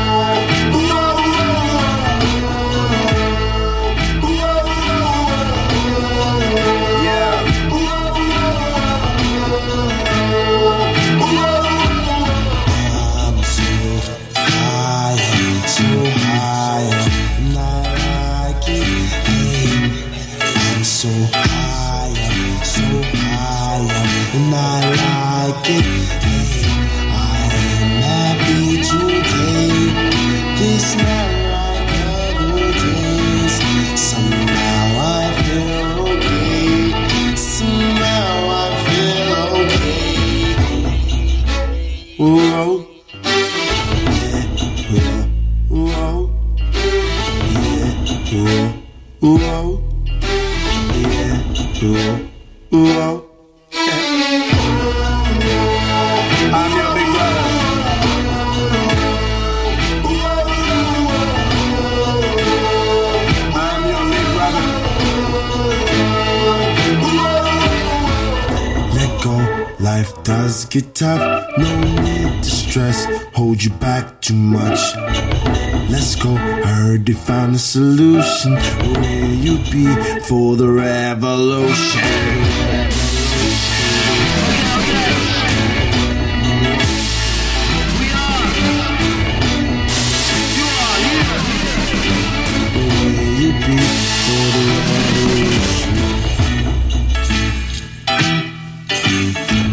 S5: and I like it. Hey, I am happy today. This night like other days. Somehow I feel okay. Somehow I feel okay. Whoa. Yeah, whoa, whoa. Yeah, whoa, whoa. Yeah, whoa, whoa. I'm your big brother. I'm your big brother. Let go, life does get tough. No need to stress, hold you back too much. Let's go, hurry, find a solution. Where you be for the revolution?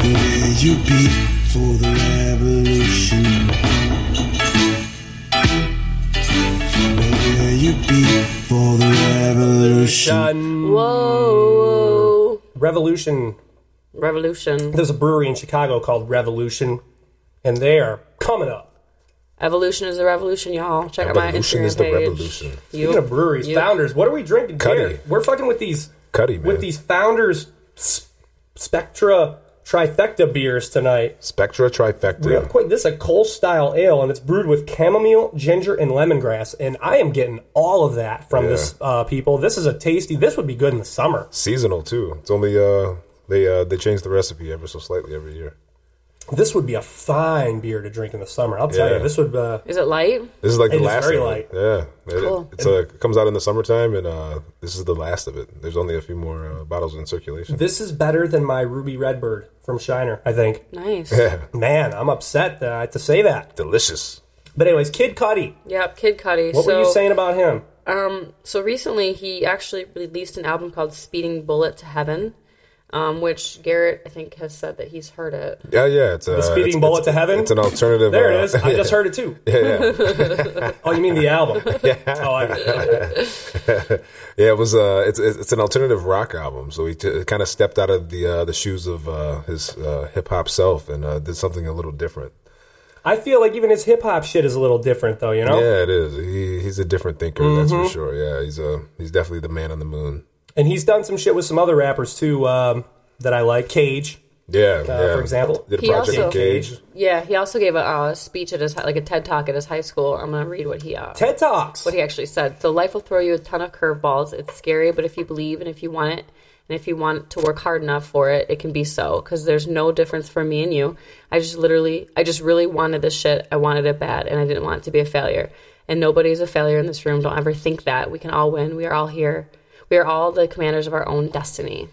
S5: Where you be for the revolution? Where you be for the revolution? Where you be for the revolution?
S2: Done.
S3: Whoa.
S2: Revolution.
S3: Revolution.
S2: There's a brewery in Chicago called Revolution, and they are coming up.
S3: Evolution is the revolution, y'all. Check out my
S4: Evolution
S3: Instagram
S4: is the
S3: page.
S4: revolution.
S3: You-
S2: Speaking of breweries,
S3: you-
S2: founders, what are we drinking
S4: Cuddy.
S2: here? We're fucking with these
S4: Cuddy, man.
S2: with these founders s- Spectra trifecta beers tonight.
S4: Spectra trifecta.
S2: Real quick, this is a Kolsch style ale, and it's brewed with chamomile, ginger, and lemongrass. And I am getting all of that from
S4: Yeah.
S2: this uh, people. This is a tasty. This would be good in the summer.
S4: Seasonal too. It's only uh they uh they change the recipe ever so slightly every year.
S2: This would be a fine beer to drink in the summer. I'll tell
S4: Yeah.
S2: you, this would. Uh,
S3: Is it light?
S4: This is like
S2: It
S4: the
S2: is
S4: last
S2: very
S4: of
S2: light.
S4: it. Yeah. It-
S3: Cool.
S4: it's uh it comes out in the summertime and uh this is the last of it. There's only a few more uh, bottles in circulation.
S2: this is better than my Ruby Redbird from Shiner. I think.
S3: Nice.
S2: Man, I'm upset that I have to say that.
S4: Delicious.
S2: But anyways, Kid Cudi.
S3: Yep, Kid Cudi.
S2: What
S3: so,
S2: were you saying about him?
S3: Um, so recently he actually released an album called "Speeding Bullet to Heaven," um, which Garrett I think has said that he's heard it.
S4: Yeah, yeah. It's uh, the
S2: Speeding Bullet to Heaven?
S4: It's an alternative.
S2: There
S4: uh,
S2: it is. I just heard it too.
S4: Yeah, yeah.
S2: Oh, you mean the album? Oh, I,
S4: yeah. It was. Uh, it's it's it's an alternative rock album. So he t- kind of stepped out of the uh, the shoes of uh, his uh, hip hop self and uh, did something a little different.
S2: I feel like even his hip hop shit is a little different, though. You know. Mm-hmm.
S4: Yeah, it is. He he's a different thinker. That's for sure. Yeah, he's uh he's definitely the man on the moon.
S2: And he's done some shit with some other rappers too um, that I like. Cage,
S4: Yeah,
S2: uh,
S4: yeah.
S2: for example.
S4: did a
S3: He
S4: project
S3: also-
S4: with Cage.
S3: Yeah, he also gave a uh, speech at his hi- like a TED talk at his high school. I'm gonna read what he uh,
S2: TED Talks.
S3: what he actually said. So life will throw you a ton of curveballs. It's scary, but if you believe and if you want it, and if you want to work hard enough for it, it can be so. Because there's no difference for me and you. I just literally, I just really wanted this shit. I wanted it bad, and I didn't want it to be a failure. And nobody's a failure in this room. Don't ever think that. We can all win. We are all here. We are all the commanders of our own destiny.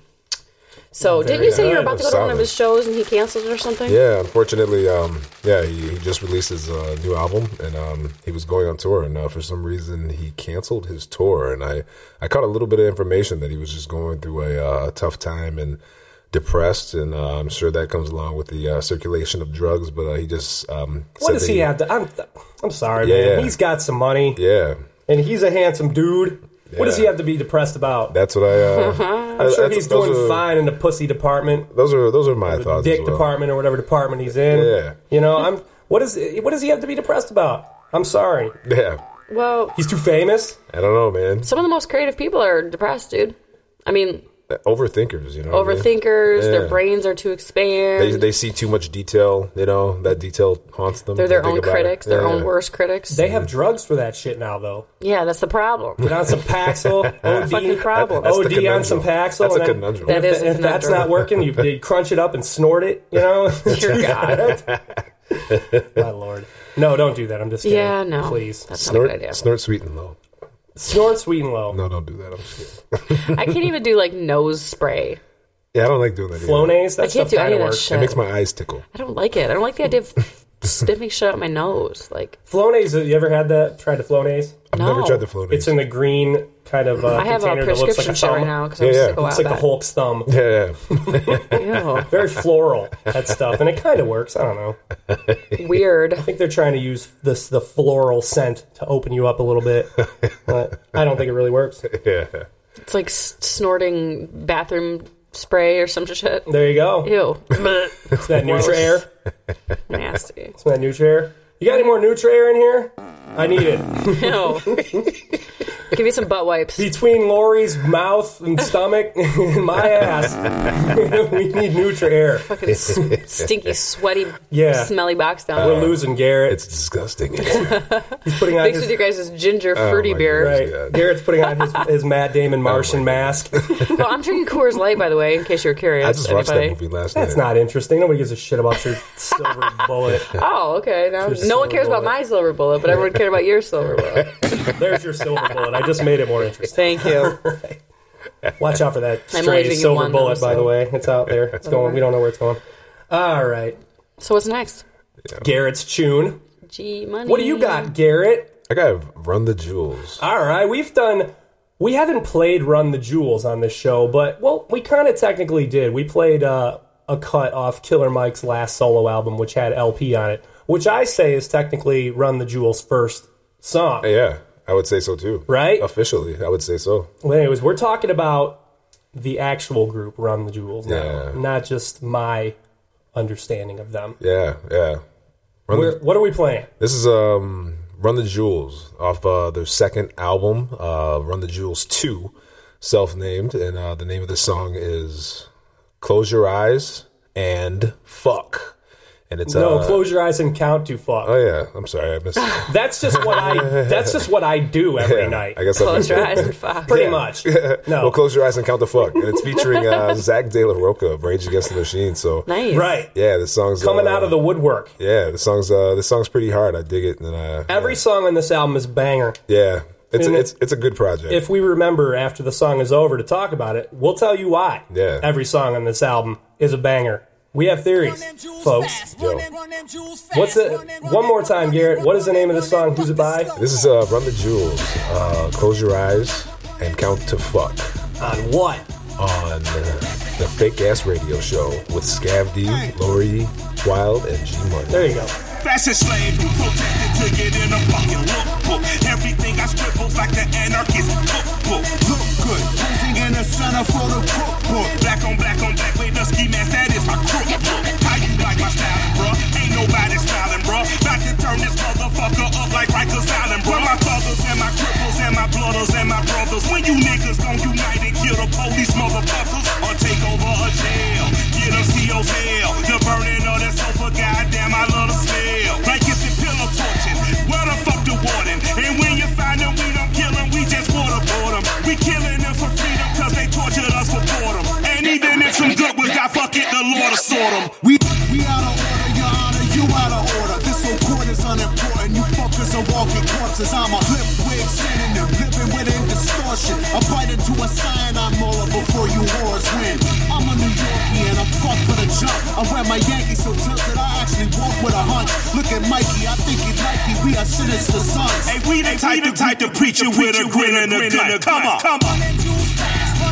S3: So didn't you say you were
S2: good.
S3: about to go to one of
S4: Solid.
S3: his shows and he canceled or something?
S4: Yeah, unfortunately, um, yeah, he, he just released his uh, new album, and um, he was going on tour, and uh, for some reason, he canceled his tour, and I, I caught a little bit of information that he was just going through a, uh, a tough time and depressed, and uh, I'm sure that comes along with the uh, circulation of drugs, but uh, he just um,
S2: What
S4: said
S2: does
S4: that
S2: he have to? I'm, I'm sorry,
S4: Yeah.
S2: man. He's got some money,
S4: Yeah,
S2: and he's a handsome dude. What does
S4: Yeah.
S2: he have to be depressed about?
S4: that's what I. Uh,
S2: I'm sure
S4: that's-
S2: he's
S4: those
S2: doing
S4: are-
S2: fine in the pussy department,
S4: Those are those are my
S2: the
S4: thoughts.
S2: dick
S4: as well.
S2: department, or whatever department he's in.
S4: Yeah.
S2: You know, I'm. What is? What does he have to be depressed about? I'm sorry.
S4: Yeah,
S3: Well,
S2: He's too famous.
S4: I don't know, man.
S3: some of the most creative people are depressed, dude. I mean,
S4: Uh, Overthinkers, you know. what I mean?
S3: overthinkers. Their
S4: Oh, Yeah.
S3: brains are too
S4: They,
S3: expand. They,
S4: they see too much detail, you know, that detail haunts them.
S3: are their
S4: They think
S3: own
S4: about it.
S3: critics. Their
S4: Yeah.
S3: own worst critics.
S2: They have drugs for that shit now, though.
S3: yeah, that's the problem.
S2: Get on some Paxil,
S3: Fucking
S2: OD,
S3: problem.
S4: That's
S2: OD
S4: the
S2: on
S4: conundrum.
S2: some Paxil.
S4: That's a
S2: and then-
S4: conundrum.
S2: and
S3: That
S2: if,
S3: is a
S2: if that's
S3: conundrum.
S2: not working, you, you crunch it up and snort it. You know,
S3: Dear God.
S2: my lord. No, don't do that. I'm just kidding.
S3: Yeah, no.
S2: Please
S3: That's not a good idea.
S4: Snort, snort sweet and low.
S2: snort sweet and low.
S4: No, don't do that. I'm just kidding.
S3: I can't even do like nose spray.
S4: Yeah, I don't like doing that. either.
S2: Flonase. That
S3: I can't
S2: stuff
S3: do any
S2: kinda
S3: of that
S2: works.
S3: shit.
S4: It makes my eyes tickle.
S3: I don't like it. I don't like the idea of sniffing shit out my nose. Like,
S2: Flonase. You ever had that? Tried the Flonase?
S4: I've
S3: no.
S4: never tried the flonase.
S2: It's in the green kind of uh,
S3: I have a
S2: container that looks like
S3: prescription
S2: a
S3: shit
S2: thumb.
S3: right now because
S4: Yeah,
S3: I'm
S4: yeah.
S3: sick a while
S2: It's like the
S3: back.
S2: Hulk's thumb.
S4: Yeah, yeah.
S3: Ew.
S2: Very floral that stuff, and it kind of works. I don't know. I
S3: Weird.
S2: think they're trying to use this the floral scent to open you up a little bit, but I don't think it really works.
S4: yeah.
S3: It's like s- snorting bathroom spray or some shit.
S2: There you go.
S3: Ew. Blech.
S2: It's that Nutra-Air.
S3: Nasty.
S2: It's that Nutra-Air. You got any more Nutra-Air in here? I need it.
S3: Ew. Give me some butt wipes.
S2: Between Lori's mouth and stomach and my ass, we need Nutra-Air.
S3: Fucking s- stinky, sweaty,
S2: Yeah.
S3: smelly box down
S2: We're
S3: there.
S2: losing Garrett.
S4: It's disgusting.
S2: He's putting on
S3: Mixed with
S2: his
S3: your guys' ginger fruity
S4: Oh my
S3: beer.
S4: goodness. Oh
S2: Right.
S4: Yeah.
S2: Garrett's putting on his, his Matt Damon Martian mask.
S3: Well, I'm drinking Coors Light, by the way, in case you were curious.
S4: I just watched
S3: anybody.
S4: that movie last
S2: That's
S4: night.
S2: not interesting. Nobody gives a shit about your silver bullet.
S3: Oh, okay. Now,
S2: Your
S3: no one
S2: silver
S3: cares about
S2: bullet.
S3: my silver bullet, but everyone cared about your silver bullet.
S2: There's your silver bullet. I just made it more interesting.
S3: Thank you.
S2: Watch out for that
S3: I'm
S2: stray
S3: leaving you
S2: silver
S3: one,
S2: bullet,
S3: though,
S2: by
S3: so-
S2: the way. It's out there. It's going. We don't know where it's going. All right.
S3: So what's next?
S2: Garrett's tune.
S3: G money.
S2: What do you got, Garrett?
S4: I gotta run the jewels.
S2: All right. We've done. We haven't played Run the Jewels on this show, but, well, we kind of technically did. We played uh, a cut off Killer Mike's last solo album, which had LP on it, which I say is technically Run the Jewels' first song.
S4: Uh, Yeah, I would say so too.
S2: Right?
S4: Officially, I would say so.
S2: Well, anyways, we're talking about the actual group Run the Jewels now,
S4: Yeah.
S2: not just my understanding of them.
S4: Yeah, yeah. Run
S2: We're,
S4: the,
S2: what are we playing?
S4: this is um Run the Jewels off uh, their second album, uh, Run the Jewels Two, self named, and uh, the name of the song is Close Your Eyes and Fuck. And it's
S2: no,
S4: uh,
S2: close your eyes and count to fuck.
S4: Oh yeah, I'm sorry, I missed. it.
S2: that's just what I. That's just what I do every night.
S4: I guess I
S3: Close
S4: missed
S3: your
S4: it.
S3: eyes and fuck.
S2: pretty much. No,
S4: Well, close your eyes and count the fuck, and it's featuring uh, Zach De La Roca of Rage Against the Machine. So
S3: Nice.
S2: right.
S4: yeah, the song's
S2: Coming
S4: uh,
S2: out of the woodwork.
S4: Yeah, the song's uh, the song's pretty hard. I dig it, and uh,
S2: Every song on this album is banger.
S4: yeah, it's
S2: And
S4: a,
S2: it-
S4: it's it's a good project.
S2: If we remember after the song is over to talk about it, we'll tell you why.
S4: Yeah.
S2: Every song on this album is a banger. We have theories, folks.
S6: What's the one more time, Garrett? What is the name of the song? Who's it by?
S4: this is uh, Run the Jewels. Uh, close your eyes and count to fuck
S2: On what?
S4: on uh, the fake ass radio show with Scav D, Lori, Wild, and G Money.
S2: There you go.
S7: Fashion slave who protected to get in a fucking lookbook. Everything I scribbles like the anarchist cookbook. Look good, posing in the center for the cookbook. Black on black on black with the ski mask, that is my crookbook. How you like my styling, bruh? Ain't nobody styling, bruh. About to turn this motherfucker up like Rikers Island, bruh. My fathers and my cripples and my blooders and my brothers. When you niggas gon' unite and kill the police motherfuckers or take over a jail. Get a CO's hell. The burning of that sofa, goddamn, I love the smell. Like it's a pillow torture. Where the fuck the warden? And when you find them, we don't kill them, we just waterboard them. We killing them for freedom, cause they tortured us for boredom. And even if some good was got, fuck it, the Lord assault them. We, we out of order, your honor, you out of order. This whole court is unimportant. You fuckers are walking corpses. I'm a flip wig synonym, living within distortion. I bite into a cyanide molar before you wars win. I'm a New Yorkie and I'm fucked for the jump. I wear my Yankees so tilted, I actually walk with a hunch. Look at Mikey, I think he's Mikey. We are sinister sons. Hey, we the type, the type to preach it with a grin and a gun. Come on, come on.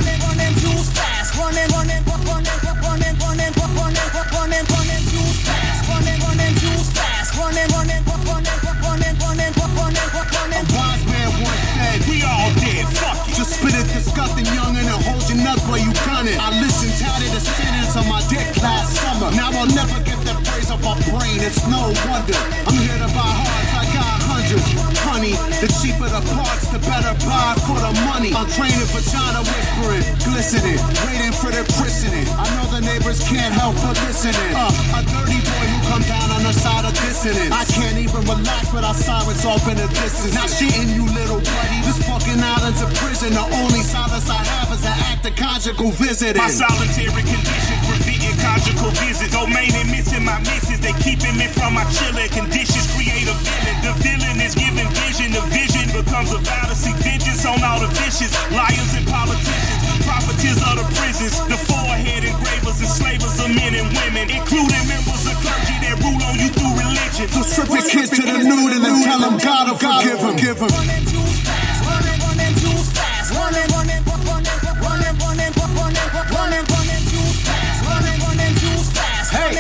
S7: wise man once said, We all dead, fuck it. Just spit it disgusting, young, and hold your nuts while you gunning. I listened out of the sentence on my dick last summer. Now I'll never get that praise off my brain, it's no wonder. I'm here to buy hearts, I got hundreds. Honey, the cheaper the parts, the better buy for the money. I'm training vagina whispering, glistening, waiting for the christening. I know the neighbors can't help but listening. Uh, a dirty boy who come down on the side of dissonance. I can't even relax without sirens off in the distance. Not shitting you, little buddy. This fucking island's a prison. The only silence I have is an act of conjugal visiting.
S6: My solitary conditions preventing conjugal visits. Domain and missing my misses. They keeping me from my chilling conditions. Create a villain. The villain is giving vision. The vision becomes a vow to seek vengeance on all the vicious. Liars and politicians. Profiteers of the prisons. The forehead engravers and slavers of men and women. Including members of clergy that rule on you through religion.
S7: So strip your kids to the nude and then tell them God will forgive them.
S6: Running jewels fast, running, running jewels fast,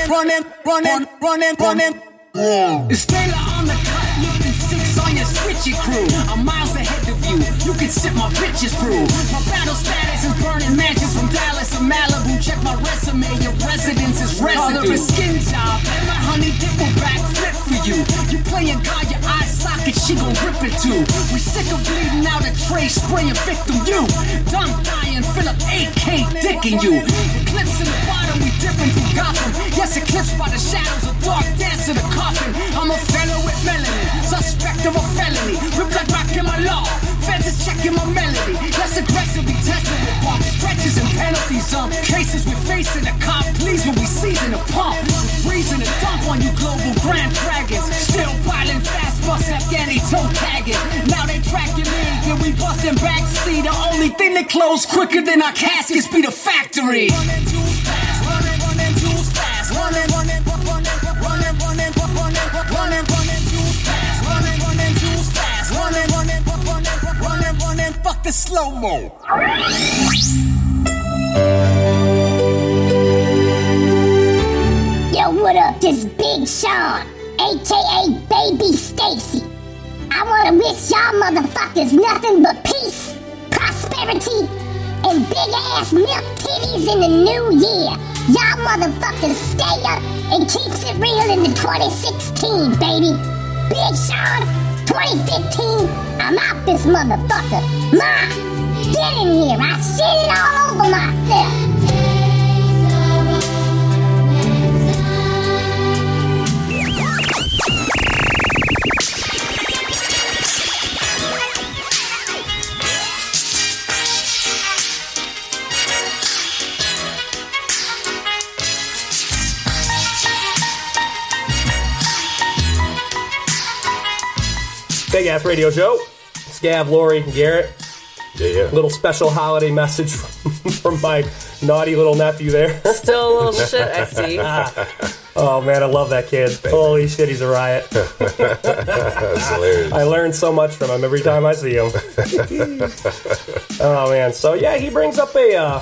S8: running, running, running, running. It's Taylor on the cut, looking six on your switchy crew. I'm miles ahead of you, you can sip my bitches brew. My battle status is burning matches from Dallas to Malibu. Check my resume, your residence is residue. Other skin job, and my honey dip will backflip for you. You playing God, your eye socket, she gon' rip it too. We sick of bleeding out a tray, spraying victim you. Dumb dying, Philip AK dicking you. Clips in the bottom, we dipping from Gotham. Yes, eclipsed by the shadows of dark dance in the coffin. I'm a fellow with melanin, suspect of a felony. Rip like rock in my law. Feds is checking my melody. Less aggressively tested with bomb stretches and penalties. Um, cases we're facing the cop. Please when we season the pump, reason to dump on you global grand dragons. Still violent, fast bust Afghani toe tagging. Now they tracking me, then we busting back. See the only thing that close quicker than our caskets be the factory. Fuck the slow mo.
S9: Yo, what up? This Big Sean, aka Baby Stacy. I wanna wish y'all motherfuckers nothing but peace, prosperity, and big ass milk titties in the new year. Y'all motherfuckers stay up and keeps it real in the 2016, baby. Big Sean, 2015, I'm out this motherfucker. Ma, get in here. I shit it all over myself.
S2: Big Ass Radio Show. Scav, Lori, and Garrett.
S4: Yeah, yeah.
S2: Little special holiday message from, from my naughty little nephew there.
S3: Still a little shit, I see.
S2: Oh man, I love that kid. Holy shit, he's a riot.
S4: That's hilarious.
S2: I learn so much from him every time I see him. oh man, so yeah, he brings up a uh,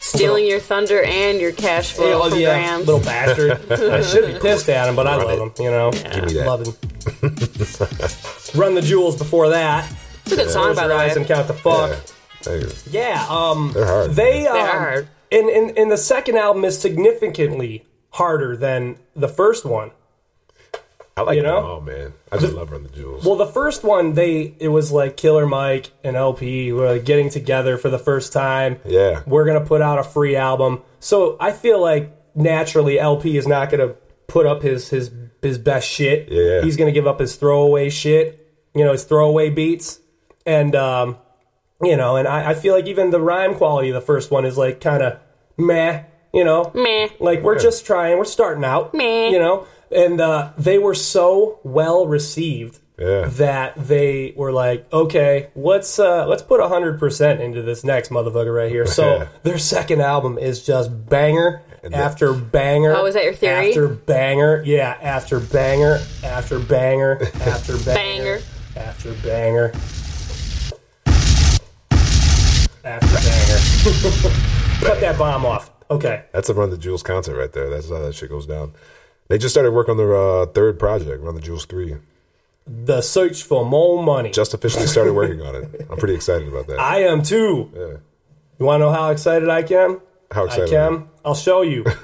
S3: Stealing your thunder and your cash flow
S2: oh,
S3: from
S2: yeah,
S3: Grams.
S2: little bastard. I should be pissed at him, but I love him. You know,
S4: Give me that.
S2: love him. Run the jewels before that.
S3: It's a good song,
S2: Close
S3: by
S2: your
S3: the
S2: eyes and
S3: way.
S2: count the fuck.
S4: Yeah. Thank you.
S2: Yeah, um,
S4: They're hard.
S2: they um,
S3: hard.
S2: And, and and the second album is significantly harder than the first one.
S4: I like
S2: you
S4: you know?
S2: know?
S4: all, man. I just love Run the Jewels.
S2: Well, the first one they it was like Killer Mike and LP were like getting together for the first time.
S4: yeah.
S2: We're gonna put out a free album, so I feel like naturally LP is not gonna put up his his his best shit.
S4: Yeah.
S2: he's gonna give up his throwaway shit. You know, his throwaway beats, and um, you know, and I, I feel like even the rhyme quality of the first one is like kind of meh. You know,
S3: Meh.
S2: like we're just trying, we're starting out,
S3: Meh.
S2: you know. And uh, they were so well received
S4: Yeah.
S2: that they were like, okay, let's uh, let's put hundred percent into this next motherfucker right here. So their second album is just banger after banger.
S3: Oh, is that your theory?
S2: After banger, yeah, after banger, after banger, after banger,
S3: Banger.
S2: after banger, after banger. Cut that bomb off. Okay.
S4: That's a Run the Jewels concert right there. That's how that shit goes down. They just started work on their uh, third project, Run the Jewels 3.
S2: The search for more money.
S4: Just officially started working on it. I'm pretty excited about that.
S2: I am too. You want to know how excited I am?
S4: How
S2: I
S4: excited are you?
S2: am. I'll show you.
S3: Damn,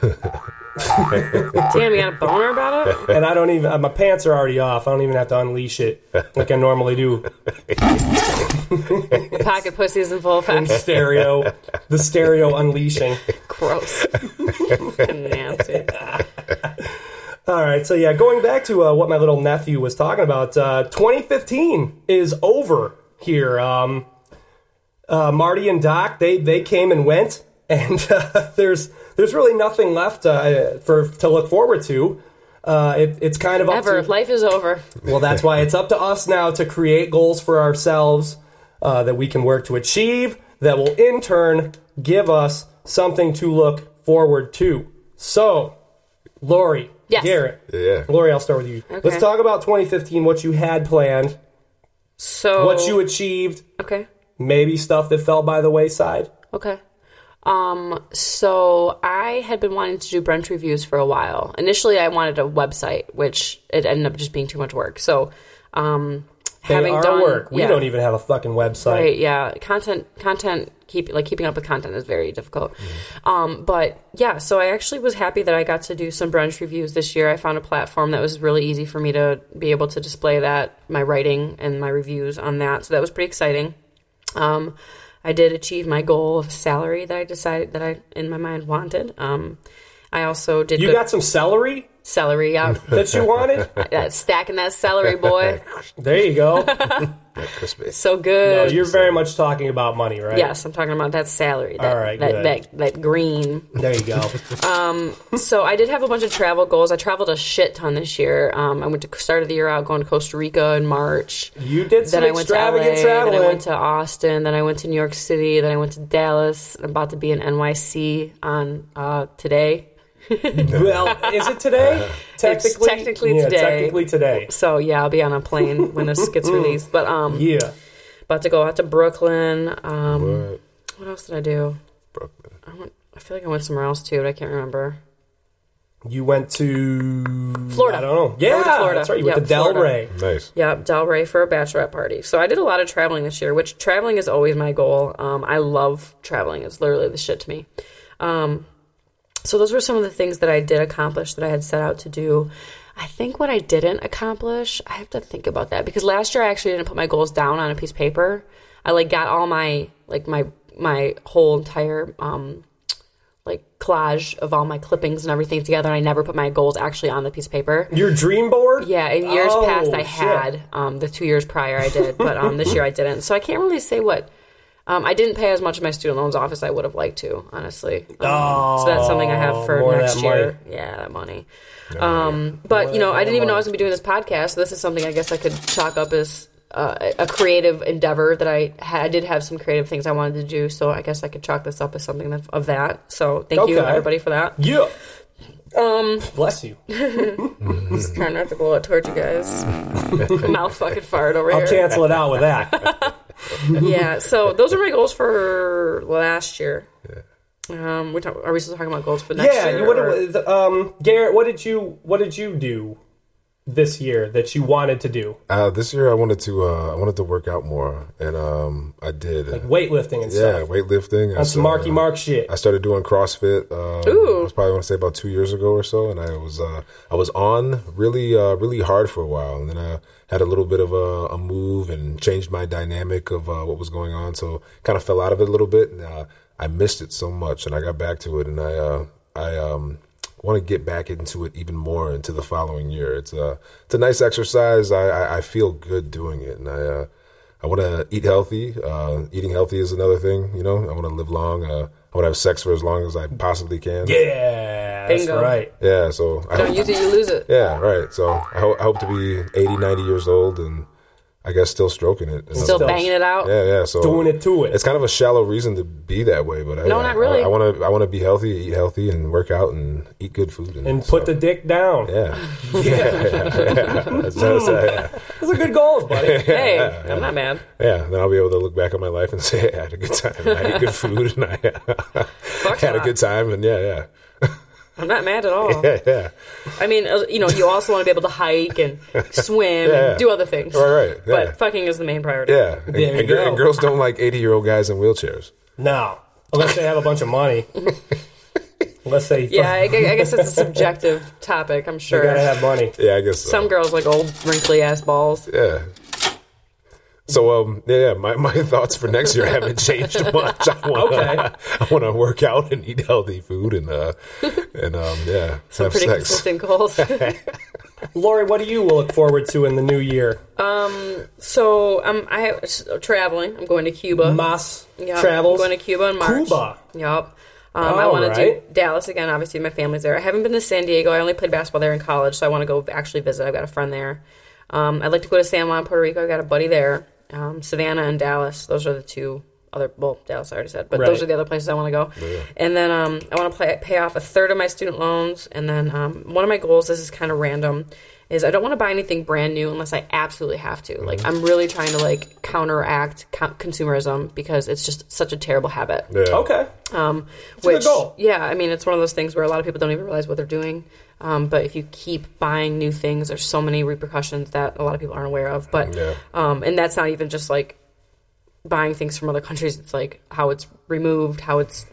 S3: you got a boner about it?
S2: and I don't even. My pants are already off. I don't even have to unleash it like I normally do.
S3: The pocket pussy is in full effect.
S2: Stereo, the stereo unleashing.
S3: Gross. Nasty.
S2: All right, so yeah, going back to uh, what my little nephew was talking about, uh, 2015 is over here. Um, uh, Marty and Doc, they they came and went, and uh, there's there's really nothing left uh, for to look forward to. Uh, it, it's kind of up
S3: Ever.
S2: to,
S3: Life is over.
S2: Well, that's why it's up to us now to create goals for ourselves uh, that we can work to achieve that will in turn give us something to look forward to. So, Lori,
S3: Yes.
S2: Garrett,
S4: Yeah.
S2: Lori, I'll start with you. Let's talk about 2015, what you had planned,
S3: So.
S2: what you achieved,
S3: Okay.
S2: maybe stuff that fell by the wayside.
S3: Okay. Um, so I had been wanting to do brunch reviews for a while. Initially, I wanted a website, which it ended up just being too much work. So, um,
S2: They are work. We
S3: yeah.
S2: don't even have a fucking website.
S3: Right, yeah. Content content keep like keeping up with content is very difficult.
S2: Mm-hmm.
S3: Um, but yeah, so I actually was happy that I got to do some brunch reviews this year. I found a platform that was really easy for me to be able to display that my writing and my reviews on that. So that was pretty exciting. Um, I did achieve my goal of salary that I decided that I in my mind wanted. Um, I also did
S2: You
S3: good
S2: got some celery
S3: celery out.
S2: that you wanted?
S3: That- stacking that celery, boy.
S2: there you go.
S4: Crispy.
S3: So
S2: No,
S3: good.
S2: you're very much talking about money, right?
S3: Yes, I'm talking about that salary. That,
S2: All right,
S3: that,
S2: good.
S3: that that green. Um,
S2: There you go.
S3: so I did have a bunch of travel goals. I traveled a shit ton this year. Um, I went to started the year out going to Costa Rica in March.
S2: You did some
S3: Then I went to LA.
S2: extravagant
S3: Then
S2: traveling.
S3: I went to Austin. Then I went to New York City. Then I went to Dallas. I'm about to be in NYC on uh, today.
S2: well, is it today? Technically,
S3: technically
S2: yeah,
S3: today.
S2: Technically today.
S3: So yeah, I'll be on a plane when this gets released. But um,
S2: Yeah.
S3: about to go out to Brooklyn. Um,
S4: What?
S3: what else did I do?
S4: Brooklyn.
S3: I went. I feel like I went somewhere else too, but I can't remember.
S2: You went to
S3: Florida.
S2: I don't know.
S3: I
S2: Yeah,
S3: went to Florida.
S2: that's right. You
S3: Yeah,
S2: went to Del
S3: Florida.
S2: Rey.
S4: Nice.
S3: Yep, Delray for a bachelorette party. So I did a lot of traveling this year, which traveling is always my goal. Um, I love traveling; it's literally the shit to me. Um, so those were some of the things that I did accomplish that I had set out to do. I think what I didn't accomplish, I have to think about that because last year I actually didn't put my goals down on a piece of paper. I like got all my like my my whole entire um like collage of all my clippings and everything together and I never put my goals actually on the piece of paper.
S2: Your dream board?
S3: Yeah, in years
S2: Oh,
S3: past I
S2: shit.
S3: had um, the two years prior I did, but um, this year I didn't. So I can't really say what. Um, I didn't pay as much of my student loans off as I would have liked to, honestly. Um, so that's something I have for
S2: Oh, more of
S3: next
S2: that
S3: year. Yeah, that money. Um, but you know, I didn't even know I was gonna be doing this podcast. So this is something I guess I could chalk up as uh, a creative endeavor that I had. I did have some creative things I wanted to do, so I guess I could chalk this up as something of, of that. So thank you
S2: Okay.
S3: everybody for that. Um,
S2: Yeah. Um. Bless you.
S3: Just trying not to blow it towards you guys. Mouth fucking fart over
S2: I'll
S3: here.
S2: cancel it out with that.
S3: yeah. So those are my goals for last year. Um, we talk, are we still talking about goals for next
S2: yeah.
S3: year?
S2: you- What,
S3: or-
S2: what- um, Garrett, what did you What did you do this year that you wanted to do?
S4: Uh, this year I wanted to uh, I wanted to work out more, and um, I did.
S2: Weightlifting and
S4: yeah,
S2: stuff.
S4: weightlifting.
S2: That's
S4: some
S2: Marky Mark shit.
S4: I started doing CrossFit. Um,
S3: Ooh.
S4: I was probably want to say about two years ago or so, and I was uh, I was on really uh, really hard for a while, and then I had a little bit of a, a move and changed my dynamic of uh, what was going on, so kind of fell out of it a little bit, and uh, I missed it so much, and I got back to it, and I uh, I um, want to get back into it even more into the following year. It's a it's a nice exercise. I I, I feel good doing it, and I. Uh, I want to eat healthy. Uh, eating healthy is another thing, you know. I want to live long. Uh, I want to have sex for as long as I possibly can.
S2: yeah. That's
S3: Bingo.
S2: right.
S4: Yeah. So I
S3: Don't
S4: hope,
S3: use it, you lose it.
S4: yeah, right. So I, ho- I hope to be 80, 90 years old, and I guess still stroking it.
S3: Still
S2: Still-
S3: banging it out.
S4: Yeah, yeah. So
S2: Doing it to it.
S4: It's kind of a shallow reason to be that way, but I,
S3: No, not really.
S4: I want to. I want to be healthy, eat healthy, and work out and eat good food
S2: and put the dick down.
S4: yeah. yeah, yeah, yeah. That's what I said, yeah.
S2: Those are good goals, buddy.
S3: Hey, I'm not mad.
S4: Yeah, then I'll be able to look back on my life and say I had a good time. and I ate good food and I had a
S3: not.
S4: good time. And yeah, yeah,
S3: I'm not mad at all.
S4: yeah, yeah.
S3: I mean, uh, you know, you also want to be able to hike and swim
S4: Yeah.
S3: and do other things.
S4: All right, yeah.
S3: But fucking is the main priority.
S4: yeah. And,
S2: There you
S4: and gir-
S2: go.
S4: and girls don't like eighty-year-old guys in wheelchairs.
S2: No, unless they have a bunch of money. unless they
S3: Yeah, I, gu- I guess it's a subjective topic, I'm
S2: they
S3: sure.
S2: gotta have money.
S4: Yeah, I guess so.
S3: Some girls like old, wrinkly ass balls.
S4: Yeah. So um yeah, yeah my, my thoughts for next year haven't changed much. I want
S2: Okay.
S4: I want to work out and eat healthy food and uh and um yeah have
S3: Pretty
S4: sex.
S3: consistent goals.
S2: Lori, what do you look forward to in the new year?
S3: so um, I have s- traveling. I'm going to Cuba.
S2: Mas
S3: Yeah,
S2: travels.
S3: I'm going to Cuba in March.
S2: Cuba.
S3: Yep. Um, I
S2: All
S3: want to do
S2: right.
S3: Dallas again. Obviously, my family's there. I haven't been to San Diego. I only played basketball there in college, so I want to go actually visit. I've got a friend there. Um, I'd like to go to San Juan, Puerto Rico. I've got a buddy there. Um, Savannah and Dallas. Those are the two other well Dallas I already said, but
S2: Right.
S3: those are the other places I want to go. And then um, I want to play, pay off a third of my student loans, and then um, one of my goals. This is kind of random. Is I don't want to buy anything brand new unless I absolutely have to. Like I'm really trying to like counteract co- consumerism because it's just such a terrible habit.
S4: Yeah.
S2: Okay.
S3: Um,
S2: a good
S3: which,
S2: goal.
S3: yeah, I mean, it's one of those things where a lot of people don't even realize what they're doing. Um, but if you keep buying new things, there's so many repercussions that a lot of people aren't aware of. But,
S4: Yeah.
S3: um, and that's not even just like buying things from other countries. It's like how it's removed, how it's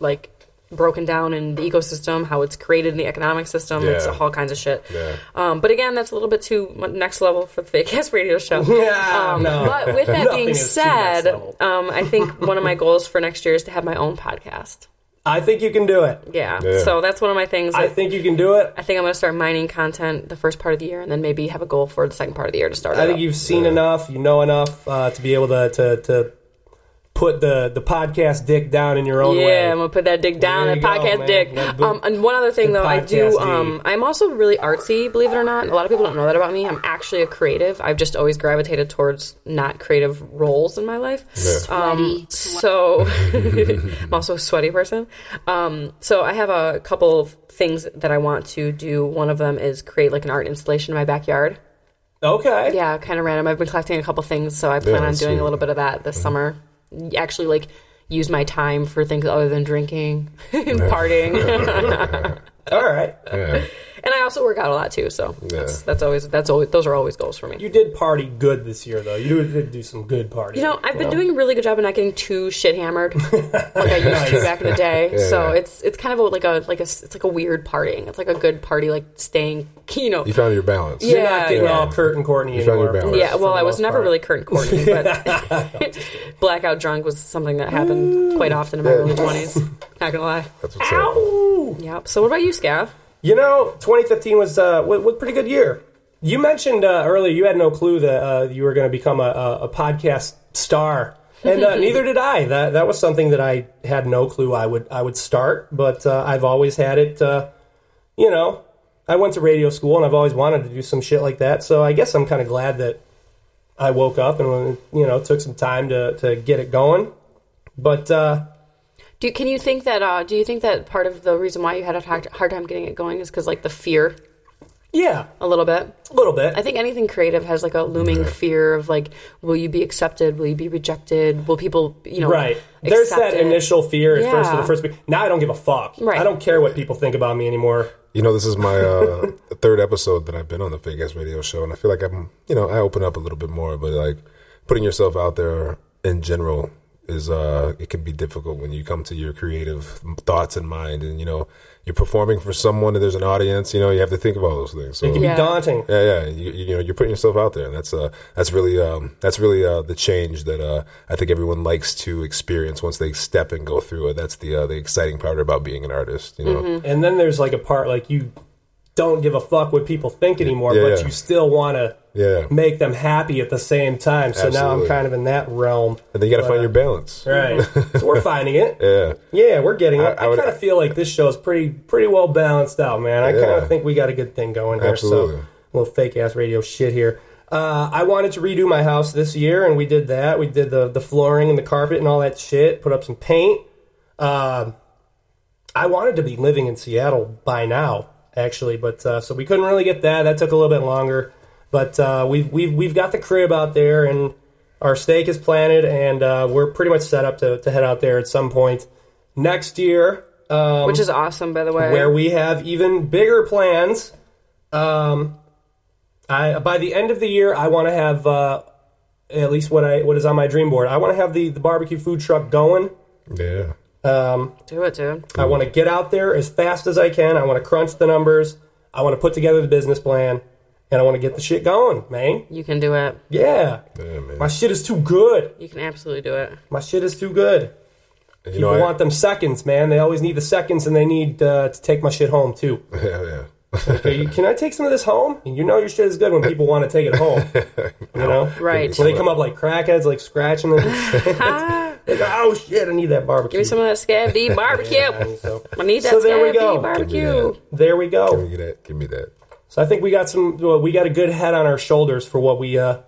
S3: like broken down in the ecosystem, how it's created in the economic system. It's
S4: Yeah.
S3: all kinds of shit.
S4: Yeah.
S3: Um, but again, that's a little bit too mu- next level for the fake ass radio show.
S2: Yeah,
S3: Um,
S2: no.
S3: But with that
S2: Nothing
S3: being
S2: is too next
S3: said,
S2: level.
S3: um, I think one of my goals for next year is to have my own podcast.
S2: I think you can do it.
S3: Yeah.
S4: Yeah.
S3: So that's one of my things.
S2: I
S3: I,
S2: think you can do it.
S3: I think I'm going to start mining content the first part of the year and then maybe have a goal for the second part of the year to start.
S2: I
S3: it
S2: think
S3: up.
S2: you've seen enough. You know enough uh, to be able to, to to put the the podcast dick down in your own
S3: yeah,
S2: way.
S3: I'm gonna put that dick down, that
S2: There you go,
S3: podcast
S2: man.
S3: dick.
S2: That boo-
S3: Um, and one other thing
S2: the
S3: though, I do.
S2: podcast D.
S3: Um, I'm also really artsy, believe it or not. A lot of people don't know that about me. I'm actually a creative. I've just always gravitated towards not creative roles in my life. Um, so I'm also a sweaty person. Um, so I have a couple of things that I want to do. One of them is create like an art installation in my backyard.
S2: okay.
S3: Yeah, kind of random. I've been collecting a couple things, so I plan on
S4: that's
S3: doing
S4: sweet. Mm-hmm.
S3: a little bit of that this summer. Actually, like use my time for things other than drinking and partying.
S2: All right.
S4: Yeah.
S3: and I also work out a lot too, so that's, that's always that's always those are always goals for me. You,
S2: You did party good this year, though. You did do some good party.
S3: know, I've been doing a really good job of not getting too shit hammered like I used to back in the day. so it's it's kind of a, like a like a s- it's like a weird partying. It's like a good party, like staying, you know.
S4: You found your balance.
S2: You're not
S3: Yeah,
S2: getting
S3: yeah.
S2: all Kurt and Courtney
S4: found
S2: anymore.
S4: your balance.
S3: Yeah, well,
S2: for the
S3: I was
S2: most
S3: never
S2: part.
S3: really Kurt and Courtney, but blackout drunk was something that happened quite often in my early 20s. Not gonna lie.
S4: That's what's up.
S3: Yep. So, what about you, Scav?
S2: You know, 2015 was uh, was, was a pretty good year. You mentioned uh, earlier you had no clue that uh, you were going to become a, a, a podcast star, and uh, neither did I. That that was something that I had no clue I would I would start, but uh, I've always had it. Uh, you know, I went to radio school, and I've always wanted to do some shit like that. So I guess I'm kind of glad that I woke up and you know took some time to to get it going. But uh,
S3: Do can you think that? Uh, do you think that part of the reason why you had a hard, hard time getting it going is because like the fear
S2: yeah,
S3: a little bit?
S2: a little bit.
S3: I think anything creative has like a looming fear of like, will you be accepted? Will you be rejected? Will people, you know,
S2: Right. There's
S3: accept
S2: that
S3: it?
S2: initial fear at first.
S3: Yeah.
S2: The first now I don't give a fuck.
S3: Right.
S2: I don't care what people think about me anymore.
S4: You know, this is my uh, third episode that I've been on the Fake Ass Radio Show, and I feel like I'm, you know, I open up a little bit more, but like putting yourself out there in general is, uh, it can be difficult when you come to your creative thoughts and mind, and you know, you're performing for someone and there's an audience, you know, you have to think about those things. So,
S2: It can
S3: Yeah.
S2: be daunting.
S4: yeah, yeah, you, you know, you're putting yourself out there, and that's uh, that's really, um, that's really uh, the change that uh, I think everyone likes to experience once they step and go through it. That's the uh, the exciting part about being an artist, you know.
S3: Mm-hmm.
S2: And then there's like a part like you don't give a fuck what people think anymore,
S4: Yeah,
S2: but
S4: yeah.
S2: you still want to
S4: Yeah.
S2: make them happy at the same time. So now I'm
S4: Absolutely.
S2: kind of in that realm. uh,
S4: And then you got to find your balance.
S2: Right. so we're finding it.
S4: Yeah.
S2: Yeah, we're getting it. I,
S4: I would-
S2: kind of feel like this show is pretty pretty well balanced out, man. I kind
S4: Yeah.
S2: of think we got a good thing going here.
S4: Absolutely.
S2: So little fake ass radio shit here. Uh, I wanted to redo my house this year, and we did that. We did the the flooring and the carpet and all that shit. Put up some paint. Um, I wanted to be living in Seattle by now, actually, but uh, so we couldn't really get that. That took a little bit longer, but uh, we've we've we've got the crib out there, and our stake is planted, and uh, we're pretty much set up to, to head out there at some point next year, um,
S3: which is awesome, by the way.
S2: where we have even bigger plans. Um, I by the end of the year, I want to have uh, at least what I what is on my dream board. I want to have the, the barbecue food truck going. Um,
S4: Yeah.
S3: do it, dude.
S2: I want to get out there as fast as I can. I want to crunch the numbers. I want to put together the business plan, and I want to get the shit going, man.
S3: You can do it.
S2: Yeah,
S4: Yeah, man.
S2: my shit is too good.
S3: You can absolutely do it.
S2: My shit is too good.
S4: you
S2: People
S4: know, I-
S2: want them seconds, man. They always need the seconds, and they need uh, to take my shit home too.
S4: yeah, yeah.
S2: Okay, you- Can I take some of this home? And you know your shit is good when people want to take it home. You know,
S3: Right.
S2: When they come up like crackheads, like scratching them. they go, oh shit, I need that barbecue.
S3: Give me some of that Scav D barbecue.
S2: so,
S3: I need that
S2: So there we
S3: Scav
S2: go.
S3: D barbecue.
S4: Give
S2: there we go.
S4: Give me that. Give me that.
S2: So I think we got some. Well, we got a good head on our shoulders for what we uh,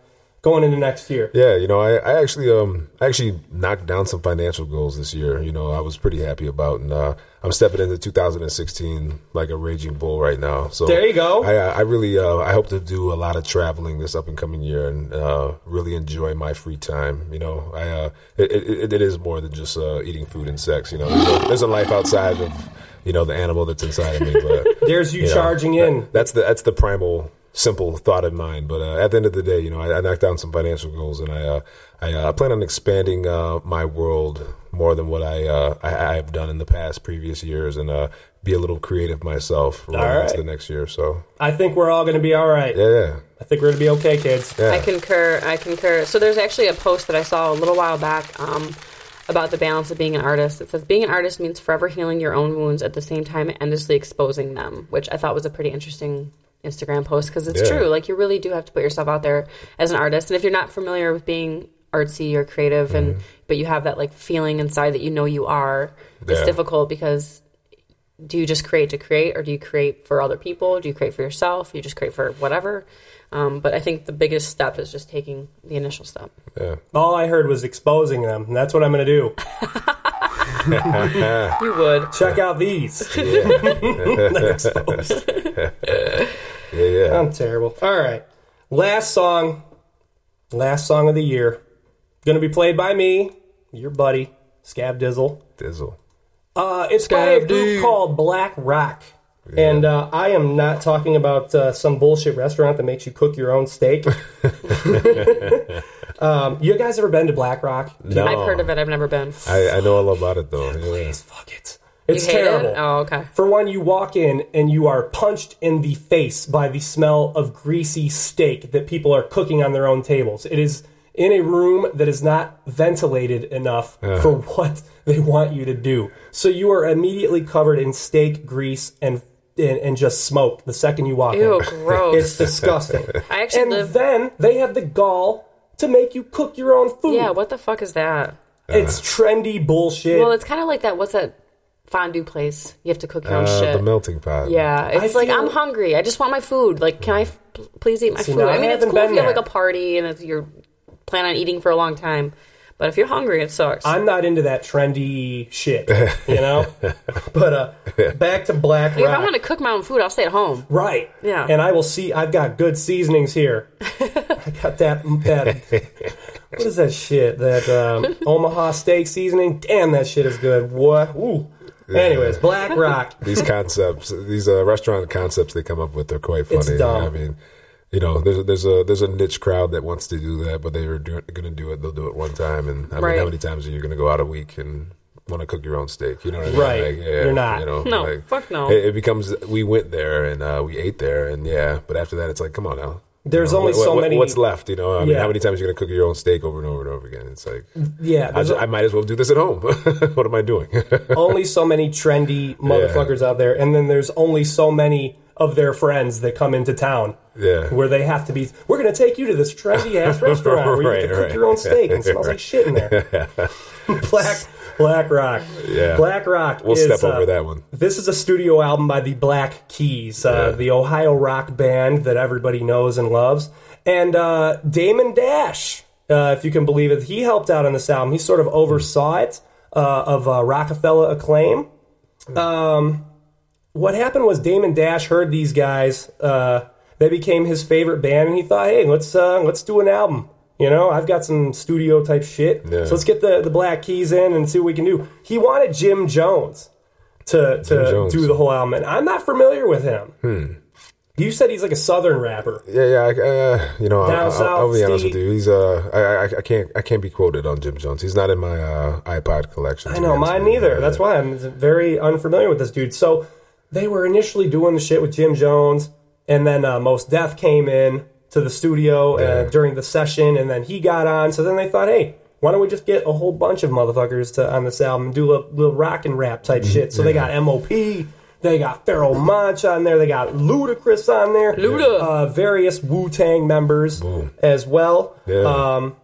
S2: going into next year.
S4: Yeah, you know, I, I actually um I actually knocked down some financial goals this year. You know, I was pretty happy about, and uh, I'm stepping into 2016 like a raging bull right now. So
S2: There you go.
S4: I, I really uh, I hope to do a lot of traveling this up and coming year and uh, really enjoy my free time. You know, I uh, it, it, it is more than just uh, eating food and sex. You know, there's a, there's a life outside of you know the animal that's inside of me. But
S2: There's you
S4: know,
S2: charging
S4: that-
S2: in.
S4: that's the that's the primal simple thought in mind. But uh, at the end of the day, you know, I, I knocked down some financial goals, and I uh, I uh, plan on expanding uh, my world more than what I, uh, I I have done in the past previous years, and uh, be a little creative myself rolling into
S2: right.
S4: the next year. So
S2: I think we're all going to be all right.
S4: yeah,
S2: I think we're going to be okay, kids.
S4: yeah.
S3: I concur. I concur. So there's actually a post that I saw a little while back um, about the balance of being an artist. It says being an artist means forever healing your own wounds at the same time endlessly exposing them, which I thought was a pretty interesting Instagram post because it's
S4: Yeah.
S3: true. Like you really do have to put yourself out there as an artist, and if you're not familiar with being artsy or creative, and but you have that like feeling inside that you know you are, it's
S4: Yeah.
S3: difficult because. Do you just create to create, or do you create for other people? Do you create for yourself? You just create for whatever. Um, but I think the biggest step is just taking the initial step.
S2: All I heard was exposing them, and that's what I'm going to do.
S3: You would.
S2: Check out these. exposed.
S4: yeah, yeah.
S2: I'm terrible. All right. Last song. Last song of the year. Going to be played by me, your buddy, Scab Dizzle.
S4: Dizzle.
S2: Uh, it's by a group called Black Rock. And uh, I am not talking about uh, some bullshit restaurant that makes you cook your own steak. um, you guys ever been to Black Rock?
S4: No,
S3: I've heard of it. I've never been.
S4: I, I know all about it though. Yeah.
S2: Fuck it.
S3: you
S2: It's
S3: hate
S2: terrible.
S3: it? Oh, okay.
S2: For one, you walk in and you are punched in the face by the smell of greasy steak that people are cooking on their own tables. It is in a room that is not ventilated enough for what they want you to do. So you are immediately covered in steak grease and and, and just smoke the second you walk
S3: Ew,
S2: in. It's
S3: gross.
S2: disgusting.
S3: I actually
S2: and
S3: live.
S2: then they have the gall to make you cook your own food.
S3: yeah, what the fuck is that?
S2: it's trendy bullshit.
S3: Well, it's kind of like that. What's that fondue place? You have to cook your own
S4: Uh, the
S3: shit.
S4: melting pot.
S3: yeah, it's like
S2: feel-
S3: I'm hungry. I just want my food. Like, can I f- please eat my
S2: See,
S3: food?
S2: now
S3: I
S2: I
S3: mean, it's
S2: haven't
S3: cool if
S2: been
S3: you have like
S2: there.
S3: a party and it's, you're plan on eating for a long time. But if you're hungry, it sucks.
S2: I'm not into that trendy shit, you know. but uh, back to Black
S3: Like, if
S2: Rock,
S3: I want to cook my own food, I'll stay at home.
S2: right?
S3: Yeah.
S2: and I will see. I've got good seasonings here. I got that that. What is that shit? That um, Omaha steak seasoning. Damn, that shit is good. What? Ooh. Anyways, Black Rock.
S4: these concepts, these uh, restaurant concepts they come up with, they're quite funny.
S2: It's dumb.
S4: I mean, you know, there's a, there's a there's a niche crowd that wants to do that, but they're going to do it. They'll do it one time, and I mean,
S3: Right.
S4: how many times are you going to go out a week and want to cook your own steak? You know what I mean?
S2: Right. You're not.
S4: You know,
S3: No,
S4: like,
S3: fuck no.
S4: It, it becomes we went there and uh, we ate there, and yeah, but after that, it's like, come on now. You
S2: There's
S4: know,
S2: only
S4: what-
S2: so
S4: what-
S2: many-
S4: What's left? You know, I mean,
S2: Yeah.
S4: how many times are you going to cook your own steak over and over and over again? It's like,
S2: Yeah,
S4: I,
S2: there's
S4: ju- I might as well do this at home. what am I doing?
S2: only so many trendy motherfuckers out there, and then there's only so many of their friends that come into town.
S4: Yeah.
S2: Where they have to be, we're going to take you to this trendy ass restaurant where you get to
S4: Right,
S2: cook
S4: right.
S2: your own steak and it smells like shit in there. Black Black Rock,
S4: Yeah.
S2: Black Rock.
S4: We'll
S2: is,
S4: step
S2: uh,
S4: over that one.
S2: This is a studio album by the Black Keys, uh,
S4: Yeah.
S2: the Ohio rock band that everybody knows and loves, and uh, Damon Dash. Uh, if you can believe it, he helped out on this album. He sort of oversaw it uh, of uh, Rockefeller acclaim Um, what happened was Damon Dash heard these guys. Uh, they became his favorite band, and he thought, "Hey, let's uh, let's do an album." You know, I've got some studio type shit,
S4: Yeah.
S2: so let's get the, the Black Keys in and see what we can do. He wanted Jim Jones to to
S4: Jones.
S2: do the whole album, and I'm not familiar with him.
S4: Hmm.
S2: You said he's like a southern rapper.
S4: Yeah, yeah, I, uh, you know, I,
S2: Down
S4: I,
S2: south,
S4: I'll be honest
S2: Steve.
S4: with you. He's uh, I, I, I can't, I can't be quoted on Jim Jones. He's not in my uh, iPod collection.
S2: I know mine neither. That's why I'm very unfamiliar with this dude. So they were initially doing the shit with Jim Jones, and then uh, Most Def came in to the studio uh, during the session, and then he got on. So then they thought, hey, why don't we just get a whole bunch of motherfuckers to on this album and do a little, little rock and rap type shit? So they got MOP. They got Feral Munch on there. They got Ludacris on there.
S3: Luda.
S2: Uh, various Wu Tang members as well
S4: Yeah.
S10: Um,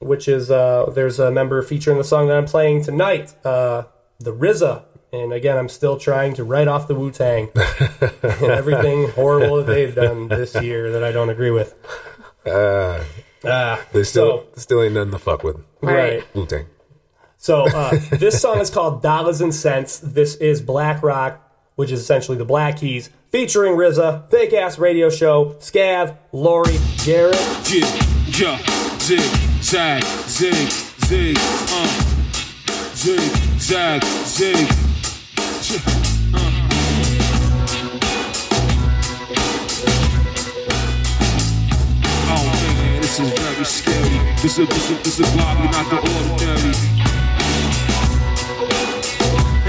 S2: which is uh, there's a member featuring the song that I'm playing tonight, uh, the RZA. And again, I'm still trying to write off the Wu Tang and everything horrible that they've done this year that I don't agree with.
S10: Ah,
S4: Uh, They still
S10: So-
S4: still ain't nothing to fuck with.
S11: Right.
S4: Wu Tang.
S10: So uh, this song is called Dollars and Cents. This is Black Rock, which is essentially the Black Keys, featuring RZA, Fake Ass Radio Show, Scav, Lori, Garrett.
S12: Yeah, yeah, zig, zag, zig, zig, uh, zig, zag, zig. Yeah, uh. Oh man, this is very scary. This is this is this is why we not the ordinary.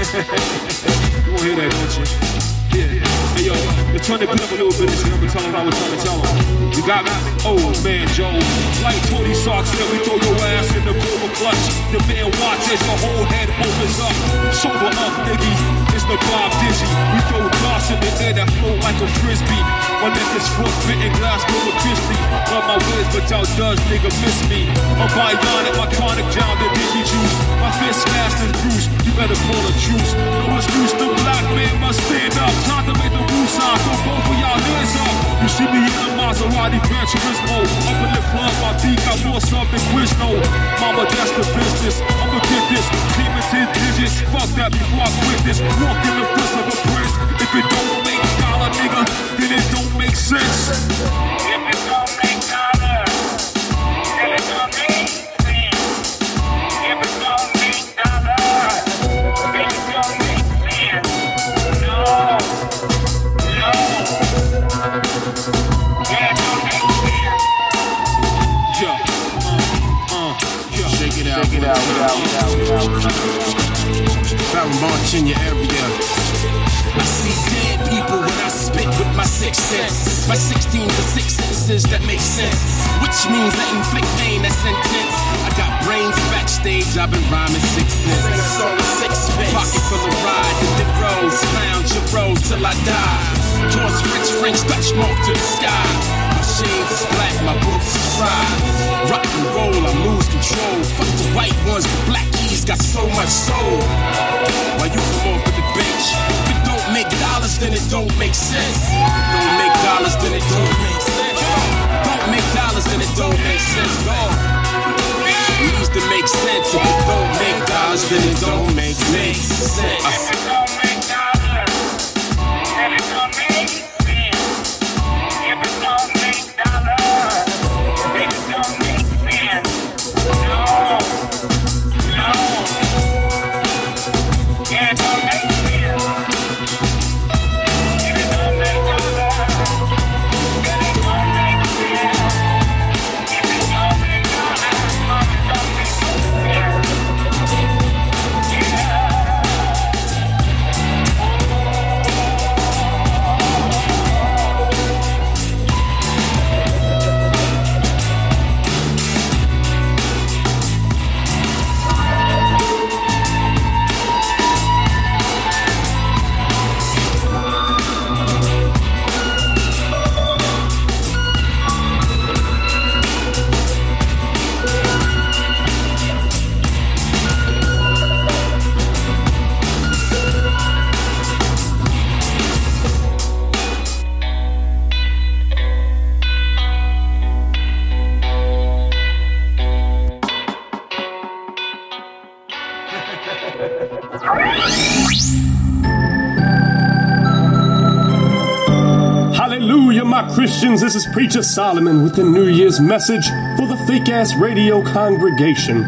S12: you wanna hear that, don't you? Yeah. Hey yo, let's turn the beat up a little bit. I'm gonna tell 'em how we're trying to tell 'em. You got me? Oh man, Joe. Like Tony Stark said, we throw your ass in the cobra clutch. The man watches your whole head opens up. Sober up, nigga. It's the Bob Dizzy. We throw glass in the air that flow like a frisbee. One that this fourth bitten glass full of crispy. Love my words, but y'all does nigga miss me. I'm bionic, my chronic down the dizzy juice. My fist fast as Bruce. You better call a truce. No excuse, the black man must stand up. Time to make the woo sign. Throw both of y'all hands up. You see me in a Maserati Gran Turismo. Up in the club, I think I more stuff than Quizno. Mama, that's the business. I'ma get this. Keep it 10 digits. Fuck that before I quit this. Walk in the fist of a prince. If it don't make dollar, nigga, then it don't make sense.
S9: If it don't make dollars, then it don't make sense. If it don't make dollars, then it don't make sense. No. No. Yeah, it don't make sense.
S12: Yeah. Uh, uh, yeah. Shake it out, shake it out, march in your area. I see dead people when I spit with my sixth sense. My 16 to 6 sentences that make sense. Which means I inflict pain that's intense. I got brains backstage, I've been rhyming six cents. Six Pocket for the ride, the dip rolls, lounge your rolls till I die. Towards French, French, Dutch, move to the sky. My shades is black, my boots is fried. Rock and roll, I lose control. Fuck the white ones, the black keys got so much soul. While you come off with the bench. If it don't make dollars, then it don't make sense. If it don't make dollars, then it don't make sense. Don't make dollars, then it don't make sense. No. It needs to make sense. If it don't make dollars, then it don't make, make sense.
S9: If it don't make dollars, then it don't make sense. If it don't make dollars, then it don't make sense. No, no, yeah, it don't make sense. If it don't make dollars, then it don't make sense. If it don't make dollars, then it don't make sense. Yeah.
S2: Hallelujah, my Christians. This is Preacher Solomon with the New Year's message for the fake ass radio congregation.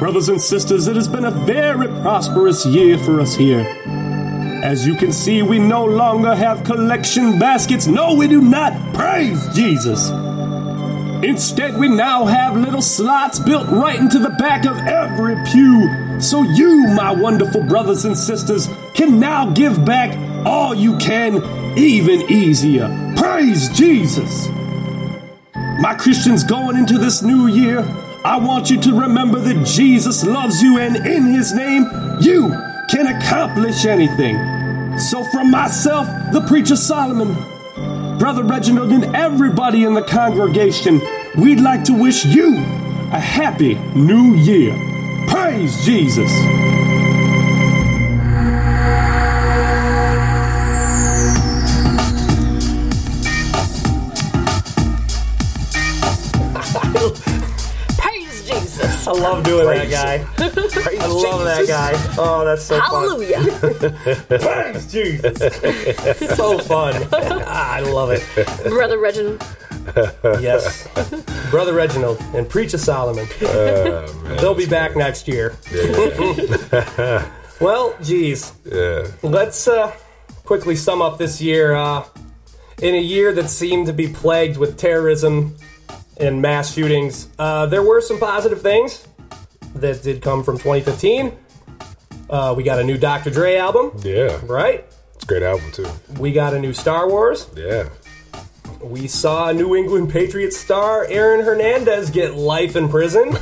S2: Brothers and sisters, it has been a very prosperous year for us here. As you can see, we no longer have collection baskets. No, we do not. Praise Jesus. Instead, we now have little slots built right into the back of every pew. So you, my wonderful brothers and sisters, can now give back all you can, even easier. Praise Jesus! My Christians, going into this new year, I want you to remember that Jesus loves you and in his name, you can accomplish anything. So, from myself, the preacher Solomon, Brother Reginald and everybody in the congregation, we'd like to wish you a happy new year. Praise Jesus. love doing that
S4: Praise.
S2: guy.
S4: Praise
S2: I love that
S4: Jesus.
S2: guy. Oh, that's so fun.
S3: Hallelujah.
S2: Praise Jesus. so fun. Ah, I love it.
S3: Brother Reginald.
S2: Yes. Brother Reginald and Preacher Solomon.
S4: Oh,
S2: They'll be back next year. well, geez.
S4: Yeah.
S2: Let's uh, quickly sum up this year. Uh, in a year that seemed to be plagued with terrorism and mass shootings, uh, there were some positive things that did come from 2015. Uh, we got a new Dr. Dre album,
S4: Yeah.
S2: right?
S4: It's a great album, too.
S2: We got a new Star Wars.
S4: Yeah.
S2: We saw New England Patriots star Aaron Hernandez get life in prison.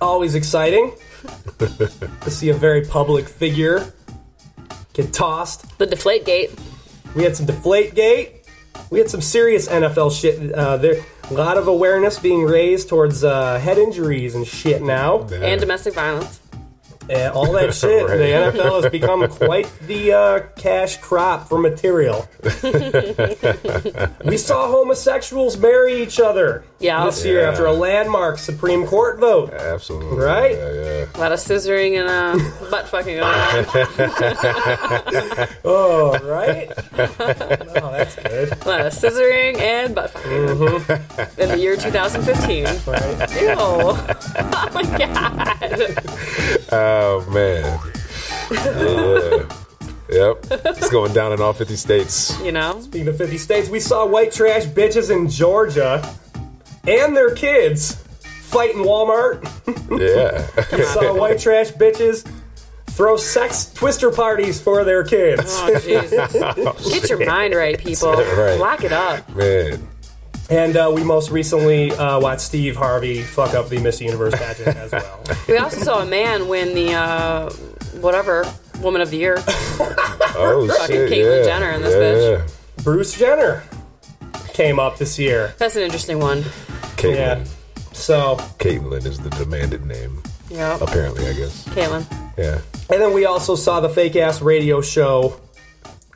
S2: Always exciting to see a very public figure get tossed.
S3: The deflate gate.
S2: We had some deflate gate. We had some serious NFL shit. Uh, there, a lot of awareness being raised towards uh, head injuries and shit now.
S4: Yeah.
S3: And domestic violence.
S2: Uh, all that shit.
S4: Right.
S2: The NFL has become quite the uh, cash crop for material. we saw homosexuals marry each other
S3: Yeah.
S2: this year
S4: Yeah.
S2: after a landmark Supreme Court vote.
S4: Absolutely.
S2: Right?
S4: Yeah, yeah.
S3: A lot of scissoring and uh, butt fucking going on.
S2: Oh, right? oh, that's good.
S3: A lot of scissoring and butt fucking.
S4: Mm-hmm.
S3: In the year 2015.
S2: Right.
S3: Ew. oh my god.
S4: Oh man. Oh, Yeah. yep. It's going down in all 50 states.
S3: You know?
S2: Speaking of 50 states, we saw white trash bitches in Georgia and their kids fighting Walmart.
S4: Yeah.
S2: saw white trash bitches throw sex twister parties for their kids.
S3: Oh Jesus. Get your mind right, people.
S4: Right.
S3: Lock it up.
S4: man.
S2: And uh, we most recently uh, watched Steve Harvey fuck up the Miss Universe pageant as well.
S3: We also saw a man win the uh, whatever woman of the year.
S4: Oh shit.
S3: Caitlyn
S4: yeah.
S3: Jenner in this
S4: yeah,
S2: Bruce Jenner came up this year.
S3: That's an interesting one.
S4: Yeah. Caitlyn.
S2: Yeah. So,
S4: Caitlyn is the demanded name.
S3: Yeah.
S4: Apparently, I guess.
S3: Caitlin.
S4: Yeah.
S2: and then we also saw the fake ass radio show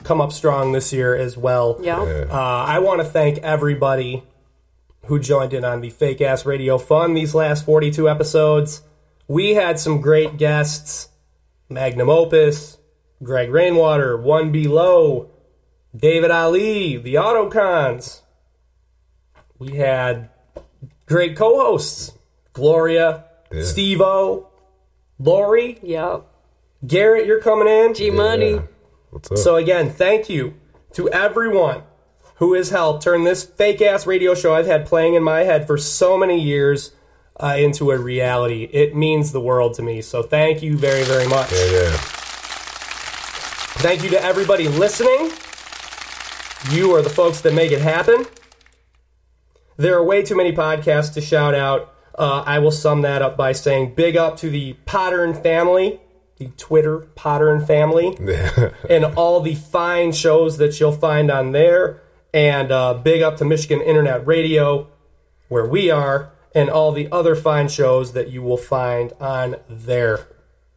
S2: come up strong this year as well.
S3: Yeah.
S4: Yeah.
S2: Uh, I want to thank everybody who joined in on the fake ass radio fun these last 42 episodes. We had some great guests Magnum Opus, Greg Rainwater, One Below, David Ali, the Autocons. We had great co hosts Gloria,
S4: Yeah.
S2: Steve O, Lori,
S3: Yep.
S2: Garrett, you're coming in.
S3: G money.
S4: Yeah. What's up?
S2: So again, thank you to everyone who has helped turn this fake ass radio show I've had playing in my head for so many years uh, into a reality. It means the world to me. So thank you very very much.
S4: yeah, yeah.
S2: Thank you to everybody listening. You are the folks that make it happen. There are way too many podcasts to shout out. Uh, I will sum that up by saying big up to the Pottern family, the Twitter Pottern family
S4: Yeah.
S2: and all the fine shows that you'll find on there. And uh, big up to Michigan Internet Radio, where we are, and all the other fine shows that you will find on there.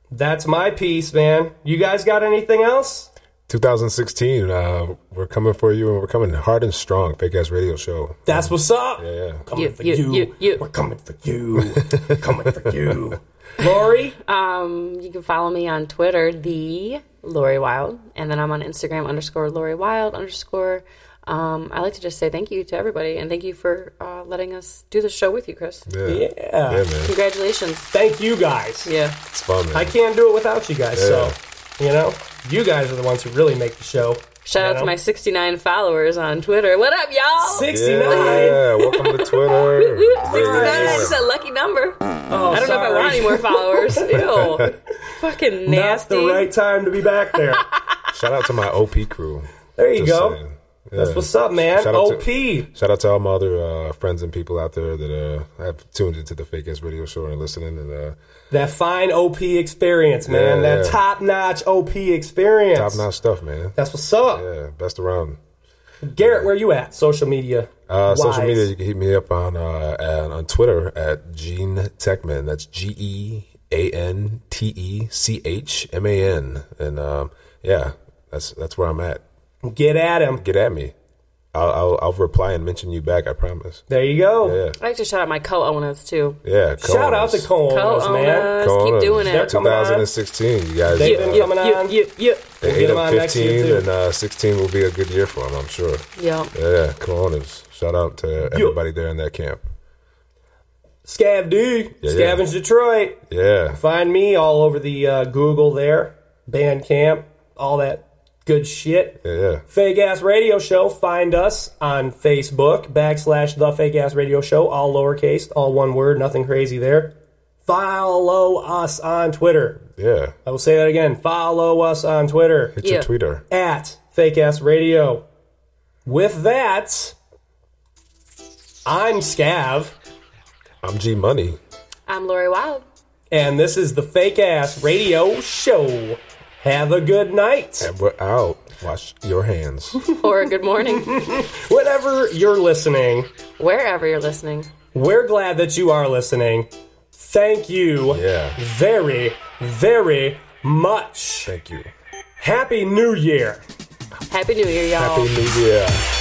S2: That's my piece, man. You guys got anything else?
S4: 2016. Uh, we're coming for you, and we're coming hard and strong. Fake ass radio show.
S2: That's what's up.
S4: Yeah.
S2: Coming
S3: You-
S2: for
S3: you-
S2: you.
S3: you- you.
S2: We're coming for you. We're coming for you. Lori,
S3: Um, you can follow me on Twitter, the Lori Wild, and then I'm on Instagram underscore Lori Wild underscore. Um, I like to just say thank you to everybody and thank you for uh, letting us do the show with you, Chris.
S4: Yeah.
S2: yeah.
S4: Yeah, man.
S3: Congratulations.
S2: Thank you guys.
S3: Yeah.
S4: It's fun, man.
S2: I can't do it without you guys. So, you know, you guys are the ones who really make the show.
S3: Shout out to my 69 followers on Twitter. What up, y'all?
S2: 69.
S4: yeah. Welcome to Twitter.
S3: Woo, 69
S4: Yeah.
S3: is a lucky number.
S2: Oh,
S3: I don't know if I
S2: sorry.
S3: want any more followers. Ew. Fucking
S2: That's
S3: nasty.
S2: the right time to be back there.
S4: Shout out to my OP crew.
S2: There you
S4: Just
S2: go.
S4: saying.
S2: That's
S4: Yeah.
S2: what's up, man.
S4: Shout out to-
S2: OP.
S4: Shout out to all my other uh, friends and people out there that uh, have tuned into the Fake Ass Radio Show and are listening. And uh,
S2: that fine OP experience, man.
S4: Yeah,
S2: that
S4: yeah.
S2: top notch OP experience.
S4: top notch stuff, man.
S2: That's what's up.
S4: Yeah, best around.
S2: Garrett, where you at? Social media.
S4: Uh, social
S2: wise.
S4: media, you can hit me up on uh, and on Twitter at Gene Techman. That's G E A N T E C H M A N. And um, yeah, that's that's where I'm at.
S2: Get at him.
S4: Get at me. I'll, I'll, I'll reply and mention you back. I promise.
S2: There you go.
S4: Yeah,
S3: I like to shout out my co-owners too.
S4: yeah.
S2: Shout out to co-owners, man.
S3: Co-owners, keep doing
S2: They're
S3: it.
S2: coming on.
S4: 2016. You guys,
S2: They've
S4: uh,
S2: been coming
S3: Yeah,
S2: on.
S3: yeah, yeah.
S4: they
S2: We'll
S4: ate
S2: get them
S4: up
S2: on next year,
S4: 15,
S2: too.
S4: and uh, 16 will be a good year for them. I'm sure.
S3: Yeah.
S4: Yeah, Coronas. Shout out to everybody there in that camp.
S2: Scav D,
S4: Yeah, yeah.
S2: Scavenge Detroit.
S4: Yeah,
S2: Find me all over the uh, Google there, Bandcamp, all that good shit.
S4: yeah, yeah.
S2: Fake Ass Radio Show. Find us on Facebook backslash The Fake Ass Radio Show, all lowercase, all one word, nothing crazy there. Follow us on Twitter.
S4: yeah.
S2: I will say that again. Follow us on Twitter
S4: Hit your
S3: Yeah.
S4: tweeter.
S2: at Fake Ass Radio. With that, I'm Scav,
S4: I'm G Money.
S3: I'm Lori Wild.
S2: and this is the Fake Ass Radio Show. Have a good night.
S4: And we're out. Wash your hands.
S3: Or a good morning.
S2: Whatever you're listening,
S3: wherever you're listening.
S2: We're glad that you are listening. Thank you
S4: Yeah.
S2: very, very much.
S4: Thank you.
S2: Happy New Year.
S3: Happy New Year, y'all.
S4: Happy New Year.